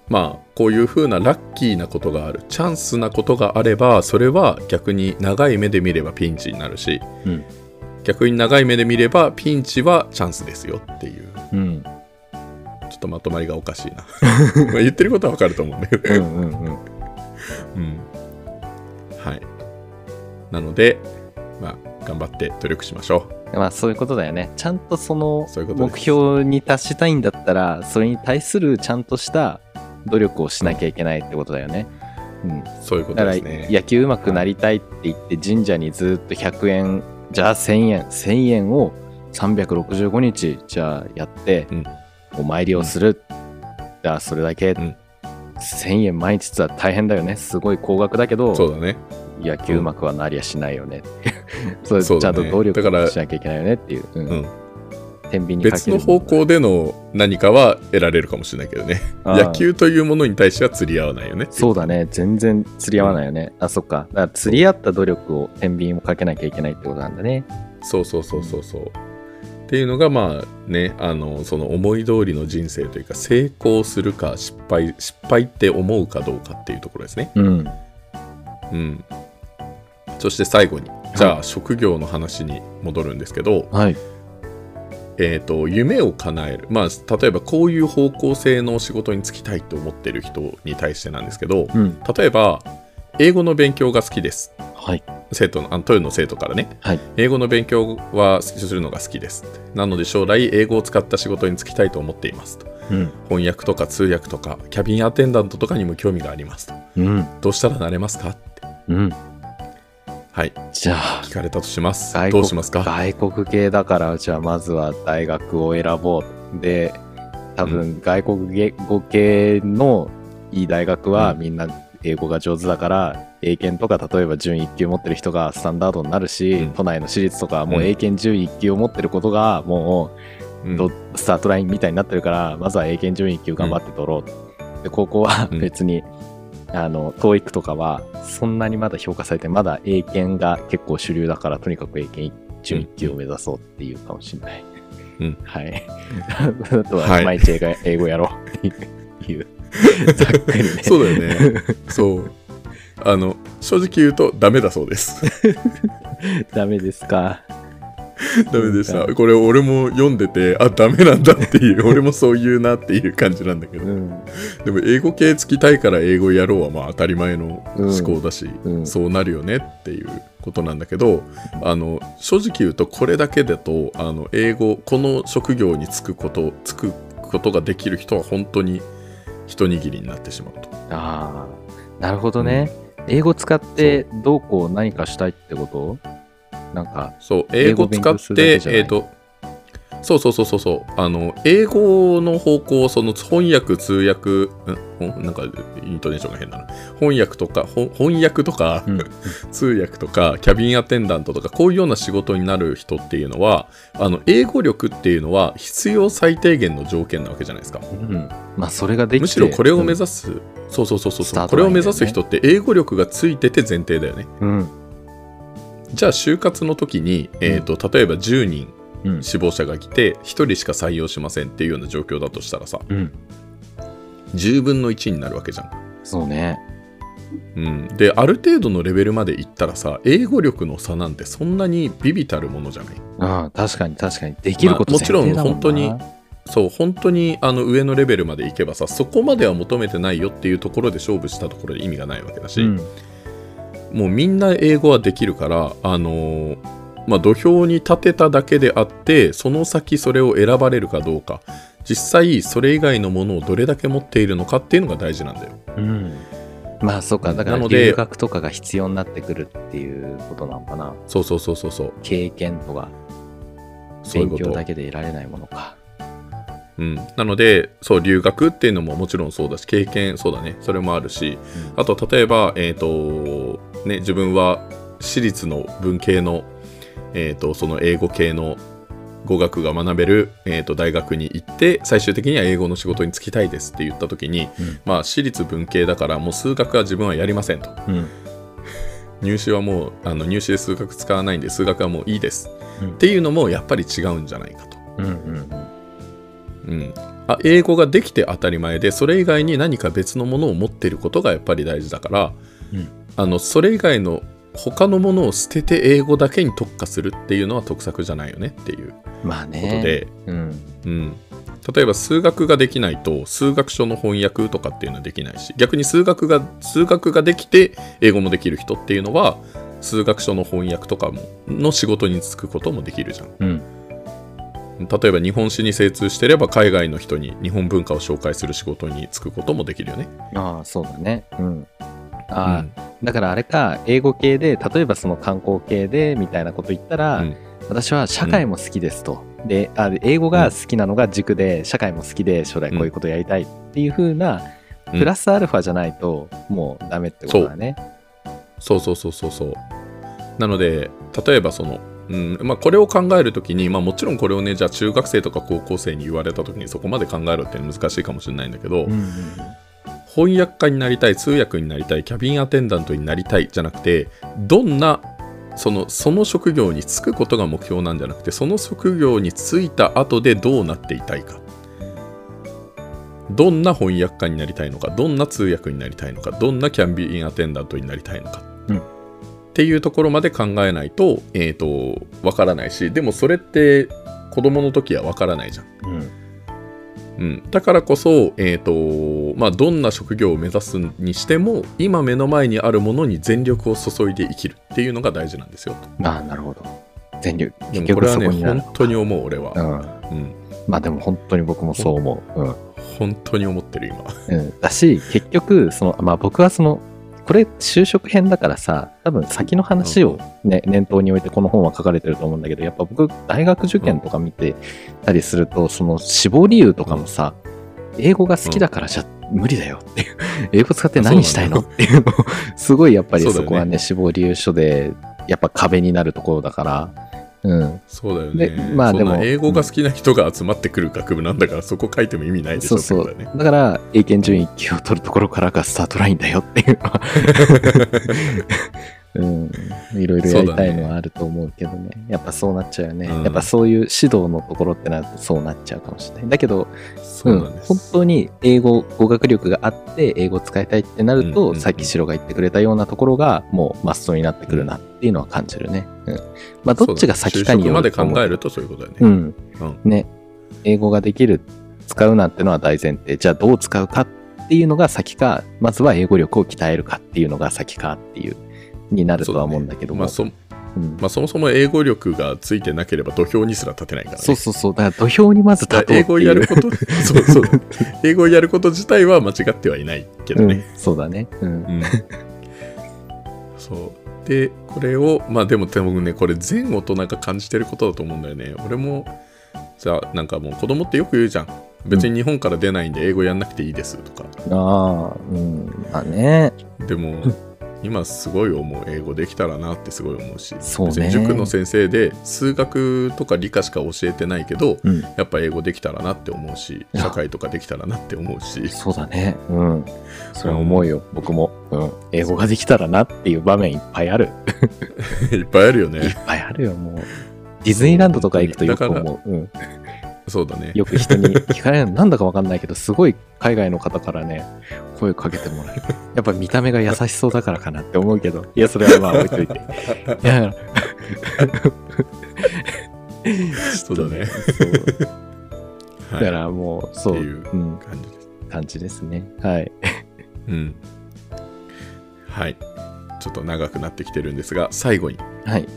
B: まあ、こういう風なラッキーなことがあるチャンスなことがあればそれは逆に長い目で見ればピンチになるし
A: うん
B: 逆に長い目で見ればピンチはチャンスですよっていう
A: うん
B: ちょっとまとまりがおかしい
A: <laughs>
B: なまあ言ってることはわかると思うんだけど、
A: うんうんうん。
B: うん、はいなので、まあ、頑張って努力しましょう
A: まあそういうことだよね。ちゃんとその
B: そういうことです
A: 目標に達したいんだったら、それに対するちゃんとした努力をしなきゃいけないってことだよね。うん、
B: そういうこ
A: だ
B: と
A: か
B: で
A: ら
B: すね
A: 野球うまくなりたいって言って神社にずっと100円じゃあ1000円1000円を365日じゃあやって
B: うん
A: お参りをする、じゃあそれだけ、
B: ん
A: 1000円毎日は大変だよねすごい高額だけど
B: そうだね
A: 野球うまくはなりゃしないよねっていうそれ
B: そう
A: ちゃ
B: だ
A: ん
B: ね
A: と努力
B: だから
A: しなきゃいけないよねっていう、うん
B: うん
A: 天秤にかける
B: 別の方向での何かは得られるかもしれないけどね
A: あー
B: 野球というものに対しては釣り合わないよね
A: そうだね全然釣り合わないよね、あそっかだから釣り合った努力を天秤もかけなきゃいけないってことなんだね
B: そうそうそうそうそうっていうのがまあねあのその思い通りの人生というか成功するか失敗失敗って思うかどうかっていうところですね
A: うん
B: うんそして最後にじゃあ職業の話に戻るんですけど、
A: はい
B: えー、と夢を叶える、まあ、例えばこういう方向性の仕事に就きたいと思ってる人に対してなんですけど、
A: うん
B: 例えば英語の勉強が好きです
A: はい
B: 生徒のあのトヨの生徒からね、
A: はい
B: 英語の勉強はするのが好きですなので将来英語を使った仕事に就きたいと思っていますと
A: うん
B: 翻訳とか通訳とかキャビンアテンダントとかにも興味がありますと
A: うん
B: どうしたらなれますかって
A: うん
B: はい
A: じゃあ
B: 聞かれたとします
A: 外
B: ど
A: 国
B: うしますか
A: 外国系だからじゃあまずは大学を選ぼうで多分外国語系のいい大学は
B: うん
A: みんな英語が上手だから英検とか例えば準1級持ってる人がスタンダードになるし、
B: うん
A: 都内の私立とかはもう
B: うん
A: 英検準1級を持ってることがもう
B: うん
A: どスタートラインみたいになってるから、まずは英検準1級頑張って取ろう。で、高校は
B: うん
A: 別に、あの、TOEIC とかは、そんなにまだ評価されて、まだ英検が結構主流だから、とにかく英検準1級を目指そうっていうかもしれない。
B: うん
A: はい。 <laughs> あと
B: は
A: は、
B: い
A: 毎日英語英語やろうっていう、ざっくりね。
B: そうだよねそうあの正直言うとダメだそうです
A: <laughs> ダメですか。
B: ダメでしたこれ俺も読んでてあダメなんだっ
A: <laughs>
B: ていう俺もそう言うなっていう感じなんだけど
A: うん。
B: でも英語系つきたいから英語やろうはまあ当たり前の思考だし、
A: うん
B: そうなるよねっていうことなんだけどあの正直言うとこれだけだとあの英語この職業に就くこと就くことができる人は本当に一握りになってしまうと。
A: ああ、なるほどね。英語使って、どうこう何かしたいってことなんか、
B: そう英
A: 英
B: 語使
A: 語勉強
B: っ
A: するだ
B: て
A: けじゃない
B: えっ、とそうそうそうそうそうあの英語の方向その翻訳通訳んほんなんかイントネーションが変だな翻訳とかほん翻訳とか、
A: うん
B: <laughs> 通訳とかキャビンアテンダントとかこういうような仕事になる人っていうのはあの英語力っていうのは必要最低限の条件なわけじゃないですか
A: うんまあそれができて
B: むしろこれを目
A: す、
B: 指す、そうそうそうそう
A: スタ
B: そ
A: ート
B: うこ
A: ラ
B: れ
A: イ
B: を
A: ンだよね
B: 目指す人って英語力がついてて前提だよね
A: うん
B: じゃあ就活の時に、えー、と例えば10人
A: うん
B: 志望者が来て1人しか採用しませんっていうような状況だとしたらさ
A: うん、
B: 10分の1になるわけじゃん。
A: そうね
B: うん、である程度のレベルまでいったらさ英語力の差なんてそんなにビビたるものじゃない
A: うん確かに確かにできること
B: まあもちろん
A: 前提だもな
B: 本当にそう本当にあの上のレベルまでいけばさそこまでは求めてないよっていうところで勝負したところで意味がないわけだし、
A: うん
B: もうみんな英語はできるから、あのーまあ、土俵に立てただけであってその先それを選ばれるかどうか実際それ以外のものをどれだけ持っているのかっていうのが大事なんだよ。
A: うん、まあそうかだか
B: な
A: ら
B: ので
A: 留学とかが必要になってくるっていうことなのかな
B: そうそうそうそうそう
A: 経験とか
B: そうい
A: 勉
B: うこ
A: 強
B: と
A: だけで得られないものか
B: うん、なのでそう留学っていうのももちろんそうだし経験そうだねそれもあるしあと例えば、えーとね、自分は私立の文系の、えー、とその英語系の語学が学べる、えー、と大学に行って最終的には英語の仕事に就きたいですって言った時に、
A: うん
B: まあ、私立文系だからもう数学は自分はやりませんと
A: うん、うん
B: 入試はもうあの入試で数学使わないんで数学はもういいです、
A: うん
B: っていうのもやっぱり違うんじゃないかと。
A: うんうん
B: うん、あ英語ができて当たり前でそれ以外に何か別のものを持ってることがやっぱり大事だから、
A: うん
B: あのそれ以外の他のものを捨てて英語だけに特化するっていうのは得策じゃないよねっていうこ
A: まあ
B: と
A: ね
B: で、
A: うん
B: うん、例えば数学ができないと数学書の翻訳とかっていうのはできないし逆に数学が数学ができて英語もできる人っていうのは数学書の翻訳とかもの仕事に就くこともできるじゃん。
A: うん
B: 例えば日本史に精通してれば海外の人に日本文化を紹介する仕事に就くこともできるよね。
A: ああそうだねうんああ、
B: うん
A: だからあれか英語系で例えばその観光系でみたいなこと言ったら、
B: うん
A: 私は社会も好きですと、であ英語が好きなのが軸で社会も好きで将来こういうことやりたいっていう風な、
B: うん
A: プラスアルファじゃないともうダメってことだね
B: そうそうそうそうそう。なので例えばその、うんまあ、これを考えるときに、まあ、もちろんこれをねじゃあ中学生とか高校生に言われたときにそこまで考えろって難しいかもしれないんだけど、
A: うん
B: 翻訳家になりたい通訳になりたいキャビンアテンダントになりたいじゃなくてどんなそのその職業に就くことが目標なんじゃなくてその職業に就いた後でどうなっていたいかどんな翻訳家になりたいのかどんな通訳になりたいのかどんなキャビンアテンダントになりたいのか、
A: うん
B: っていうところまで考えないと,、えー、とわからないしでもそれって子供の時はわからないじゃん。
A: うんうん
B: うん、だからこそ、えーとまあ、どんな職業を目指すにしても今目の前にあるものに全力を注いで生きるっていうのが大事なんですよと
A: うんああなるほど全力
B: でも
A: 結
B: こ
A: 局
B: れは
A: そ
B: ね
A: こになる
B: 本当に思う俺は、
A: うん、
B: うん、
A: まあでも本当に僕もそう思う、うん、
B: 本当に思ってる今 <laughs>
A: うん、だし結局その、まあ、僕はそのこれ就職編だからさ多分先の話を、ね念頭に置いてこの本は書かれてると思うんだけどやっぱ僕大学受験とか見てたりすると、その志望理由とかもさ英語が好きだからじゃ無理だよっていう英語使って何したいの
B: あ
A: っていうのをすごいやっぱり
B: そうだ
A: そ
B: よね
A: こはね志望理由書でやっぱ壁になるところだから。うん、
B: そうだよね
A: でまあ
B: そんな
A: でも
B: 英語が好きな人が集まってくる学部なんだから、そこ書いても意味ないでし
A: そ
B: ょ
A: うそ
B: っ
A: う
B: てことだよね
A: だから英検準1級を取るところからがスタートラインだよって
B: <laughs>
A: いうのはうん、いろいろやりたいのはあると思うけどねやっぱそうなっちゃうよね、
B: うん
A: やっぱそういう指導のところってなるとそうなっちゃうかもしれないだけど
B: そうなん
A: ん、
B: です、
A: 本当に英語語学力があって英語使いたいってなると、
B: うんうんうん
A: さっき白が言ってくれたようなところがもうマストになってくるなっていうのは感じるね、うんまあ、どっちが先かに
B: そう
A: よ
B: だ
A: る
B: ね就
A: と
B: 職
A: 思う
B: まで考
A: け
B: え
A: ど
B: るとそういうことだよね、
A: うん
B: うん
A: ね英語ができる使うなんてのは大前提じゃあどう使うかっていうのが先かまずは英語力を鍛えるかっていうのが先かっていうになるとは思うんだけども
B: まあそま
A: うん
B: あ、そもそも英語力がついてなければ土俵にすら立てないからね
A: そうそうそうだから土俵にまず立とうってい
B: 英
A: う
B: 語をやる
A: <laughs>
B: ことそうそう英語をやること自体は間違ってはいないけど
A: うん
B: ね、、
A: そうだねうん
B: うんそうでこれをまあでも多分ねこれ全大人が感じてることだと思うんだよね俺もじゃあなんかもう子供ってよく言うじゃん別に日本から出ないんで英語やんなくていいですとか、
A: ああ、うん。まあね。
B: でも今すごい思う英語できたらなってすごい思うし
A: そうね
B: 別に塾の先生で数学とか理科しか教えてないけど
A: うん。
B: やっぱ英語できたらなって思うし
A: いや
B: 社会とかできたらなって思うし <laughs>
A: そうだね。うん。それは思うよ。僕も。うん。英語ができたらなっていう場面いっぱいある。
B: いっぱいあるよ
A: いっ
B: ね
A: ぱいあるよ、もう。ディズニーランドとか行くとよく
B: だ
A: 思う。うん。
B: そうだね
A: よく人に聞かれるの、なんだかわかんないけど、すごい海外の方からね、声かけてもらえる。やっぱ見た目が優しそうだからかなって思うけど、いや、それはまあ置いといて。いや、
B: そうだね
A: そうだ
B: は
A: か
B: い
A: らもう、そう、
B: っていう
A: うん、
B: 感じです
A: 感じですね。はい。
B: うんはいちょっと長くなってきてるんですが最後に
A: はい。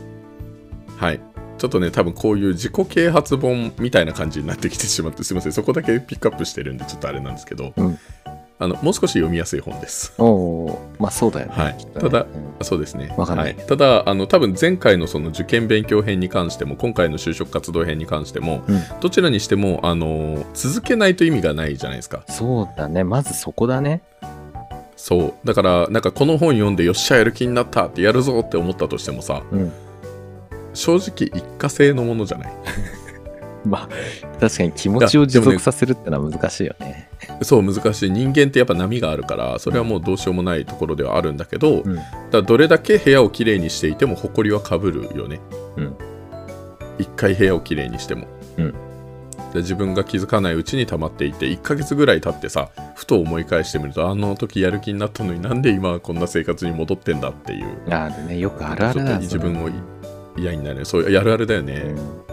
B: はい。ちょっとね、多分こういう自己啓発本みたいな感じになってきてしまって、すみません、そこだけピックアップしてるんで、ちょっとあれなんですけど、
A: うん
B: あのもう少し読みやすい本です。
A: おお、まあそうだよね。
B: はい
A: きっとね
B: ただ
A: うん
B: あそうですね。
A: わかんない
B: はい、ただ、あの多分前回のその受験勉強編に関しても、今回の就職活動編に関しても、
A: うん
B: どちらにしてもあの、続けないと意味がないじゃないですか。
A: そうだね。まずそこだね。
B: そう。だから、なんかこの本読んで、よっしゃ、やる気になったってやるぞって思ったとしてもさ、
A: うん。
B: 正直、一過性のものじゃない。
A: まあ、確かに気持ちを持続させるってのは難しいよね。
B: そう難しい人間ってやっぱ波があるからそれはもうどうしようもないところではあるんだけど、だか
A: うん。
B: らどれだけ部屋をきれいにしていても埃はかぶるよね
A: うん
B: 一回部屋をきれいにしても、
A: うん
B: で自分が気づかないうちに溜まっていて1ヶ月ぐらい経ってさふと思い返してみるとあの時やる気になったのになんで今こんな生活に戻ってんだっていう
A: ああ、でね、よくあるある
B: ちょっ
A: だ
B: と自分を嫌になるそうやるあれだよね、
A: うん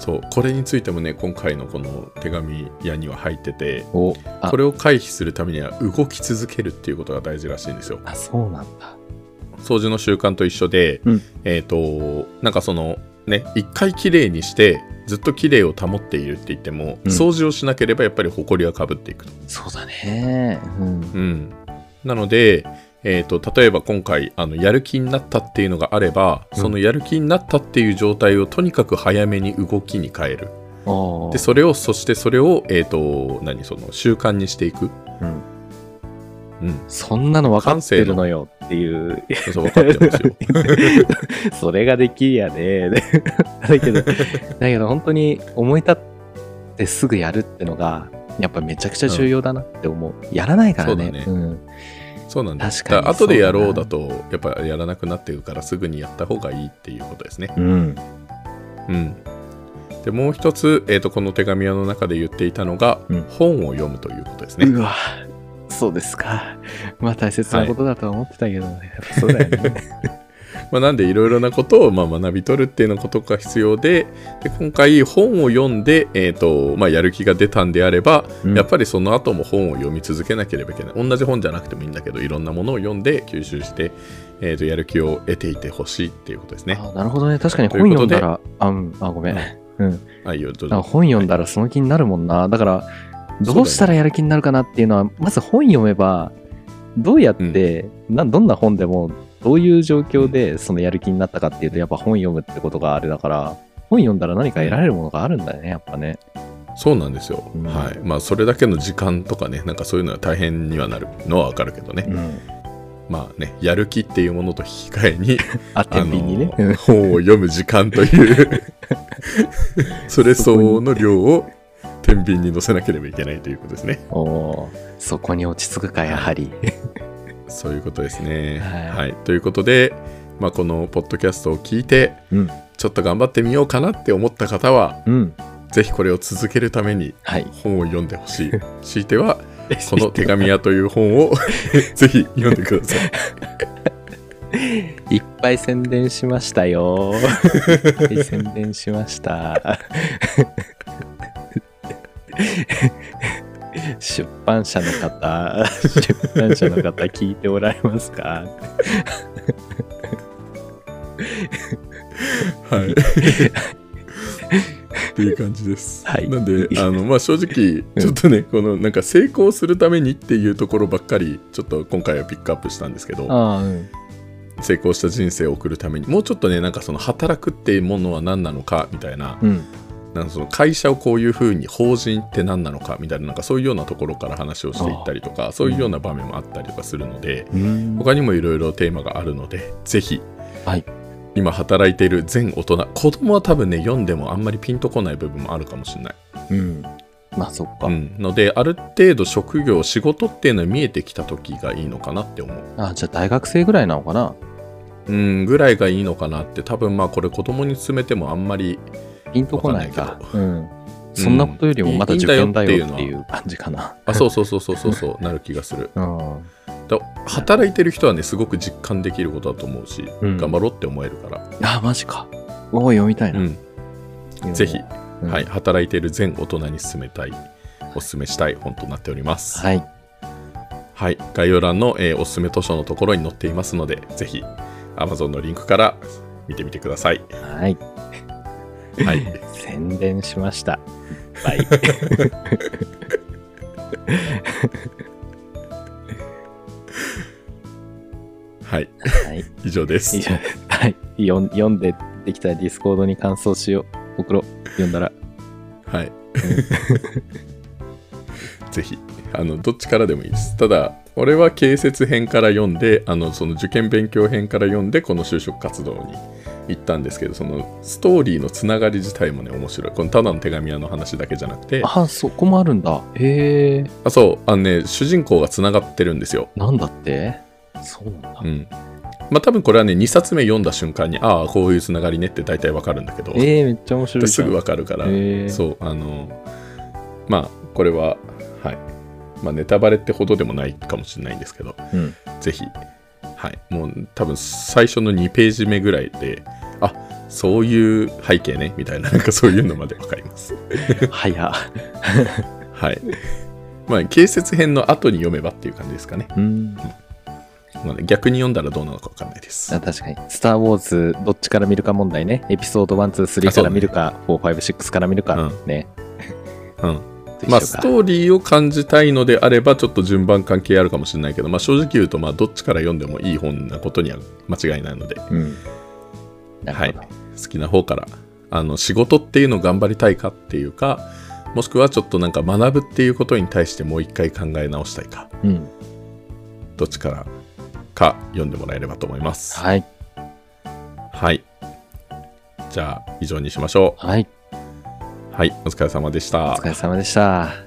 B: そうこれについてもね今回のこの手紙屋には入ってて
A: おあ
B: これを回避するためには動き続けるっていうことが大事らしいんですよ。
A: あ、そうなんだ。
B: 掃除の習慣と一緒で、
A: うん
B: えっ、となんかそのね一回きれいにしてずっときれいを保っているって言っても、
A: うん
B: 掃除をしなければやっぱり埃はかぶっていくと。
A: そうだね。うん。
B: うん、なので、えー、と例えば今回あのやる気になったっていうのがあれば、
A: うん
B: そのやる気になったっていう状態をとにかく早めに動きに変える
A: おお。
B: でそれをそしてそれを、えー、と何その習慣にして
A: <laughs>
B: いく。
A: うん
B: うん、
A: そんなの分かってるのよっていう。 <laughs>
B: そうそう分かってますよ。 <laughs>
A: それができりやね。 <laughs> だけど、だけど本当に思い立ってすぐやるってのが、やっぱめちゃくちゃ重要だなって思う。やらないからね。
B: そう
A: うん
B: そうなんです。
A: 確かに
B: だら後でやろ
A: そううだな
B: だと、やっぱやらなくなってるから、すぐにやった方がいいっていうことですね。
A: うん。
B: うん。で、もう一つ、えーと、この手紙屋の中で言っていたのが、
A: うん
B: 本を読むということですね。
A: うわ、そうですか。まあ大切なことだとは思ってたけどね。やっぱそうだよね。
B: まあ、なんで、いろいろなことを、まあ、学び取るっていうのことが必要で、で今回、本を読んで、えーとまあ、やる気が出たんであれば、
A: <laughs> うん
B: やっぱりその後も本を読み続けなければいけない。同じ本じゃなくてもいいんだけど、いろんなものを読んで吸収して、えーとやる気を得ていてほしいっていうことですね。
A: あなるほどね。確かに本
B: というこ
A: 読ん
B: とで
A: だら、あ、うん、あ、ごめん。うん。
B: あ、いいよ、どう
A: あ
B: ぞ。
A: 本読んだらその気になるもんな。だから、どうしたらやる気になるかなっていうのは、まず本読めば、どうやって、などんな本でも、どういう状況でそのやる気になったかっていうと、やっぱ本読むってことがあれだから、本読んだら何か得られるものがあるんだよね、やっぱね。
B: そうなんですよ、
A: うん
B: はいまあそれだけの時間とかねなんかそういうのは大変にはなるのはわかるけどね、
A: うん。
B: まあねやる気っていうものと引き換えに
A: あ、 <laughs> 天秤にね。
B: あの本を読む時間という
A: <laughs>
B: それ相応の量を天秤に乗せなければいけないということですね
A: おーそこに落ち着くか、やはり。
B: そういうことですね
A: はい
B: ということで、まあ、このポッドキャストを聞いて
A: うん。
B: ちょっと頑張ってみようかなって思った方は
A: うん。
B: ぜひこれを続けるために
A: はい。
B: 本を読んでほしい強いて
A: <laughs>
B: はこの手紙屋という本を <laughs> ぜひ読んでください。
A: いっぱい宣伝しましたよ。いっぱい宣伝しました。 <laughs> 出版社の方、出版社の方聞いておられますか <laughs>
B: はい。っていう感じです。
A: はい
B: なんであの、まあ、正直ちょっとね、このなんか成功するためにっていうところばっかりちょっと今回はピックアップしたんですけど
A: ああ、うん。
B: 成功した人生を送るためにもうちょっとねなんかその働くっていうものは何なのかみたいな
A: うん。
B: なんかその会社をこういうふうに法人って何なのかみたいななんかそういうようなところから話をしていったりとかそういうような場面もあったりとかするので、
A: うん
B: 他にもいろいろテーマがあるのでぜひ
A: はい
B: 今働いている全大人子供は多分ね読んでもあんまりピンとこない部分もあるかもしれない、
A: うんまあそっか、
B: うん、のである程度職業仕事っていうのは見えてきた時がいいのかなって思う
A: あじゃあ大学生ぐらいなのかな
B: うんぐらいがいいのかなって多分まあこれ子供に勧めてもあん
A: <laughs>
B: まり
A: ピンとこない
B: わか
A: か
B: んな
A: う
B: い
A: んそんなことよりもまだ
B: いい
A: 受
B: んだよ
A: 験だよっ
B: ってて
A: い
B: いう
A: 感じかな。
B: あそうそうそうそうそうそうなる気がする
A: うん、
B: だ働いてる人はねすごく実感できることだと思うし、
A: うん
B: 頑張ろうって思えるから、
A: あ、マジか。おお、読みたいな。
B: うんぜひ、
A: うん
B: はい、。働いている全大人に勧めたいお勧めしたい本となっております
A: はい。
B: はい、概要欄の、えーおすすめ図書のところに載っていますので、ぜひ Amazon のリンクから見てみてください。
A: はい。
B: はい、
A: 宣伝しました。
B: はい、 <laughs>
A: はい。
B: 以上です
A: 以。上はい。読ん読んでできたらディスコードに感想しよう。送ろう。読んだら。
B: はい。 <laughs> ぜひ、あの、どっちからでもいいです。ただ、俺は形説編から読んで、あの、その受験勉強編から読んで、この就職活動に行ったんですけど、そのストーリーのつながり自体もね、面白い。このただの手紙屋の話だけじゃなくて、
A: あ、そこもあるんだ。へえ。
B: あ、そう、あのね、主人公がつながってるんですよ。
A: なんだってそうなんだ
B: う。ん、まあ多分これはね2冊目読んだ瞬間にああこういうつながりねって大体わかるんだけど
A: ええ、めっちゃ面白いじ
B: す
A: ゃん。
B: ぐわかるから、
A: へえ
B: そうあのまあこれははいまあネタバレってほどでもないかもしれないんですけど
A: うん。
B: ぜひはいもう多分最初の2ページ目ぐらいであそういう背景ねみたいななんかそういうのまでわかります <laughs>
A: 早。
B: はいまあ形説編の後に読めばっていう感じですかね、
A: うん。
B: まあね逆に読んだらどうなのかわかんないです
A: あ確かに。スター・ウォーズ、どっちから見るか問題ね。エピソード1、2、3
B: あ
A: から
B: そうだね
A: 見るか、4、5、6から見るか、
B: う
A: ね。
B: うん
A: と一
B: まあ、
A: 緒
B: ス
A: か
B: トーリーを感じたいのであればちょっと順番関係あるかもしれないけど、まあ、正直言うとまあどっちから読んでもいい本なことには間違いないので好
A: うん。なるほど。
B: きな方からあの仕事っていうのを頑張りたいかっていうかもしくはちょっとなんか学ぶっていうことに対してもう一回考え直したいか
A: うん。
B: どっちからか読んでもらえればと思います。はい、
A: はい。
B: じゃあ以上にしましょ
A: はい。
B: う。はい、お疲れ様でし
A: お
B: た
A: 疲。れ様でした。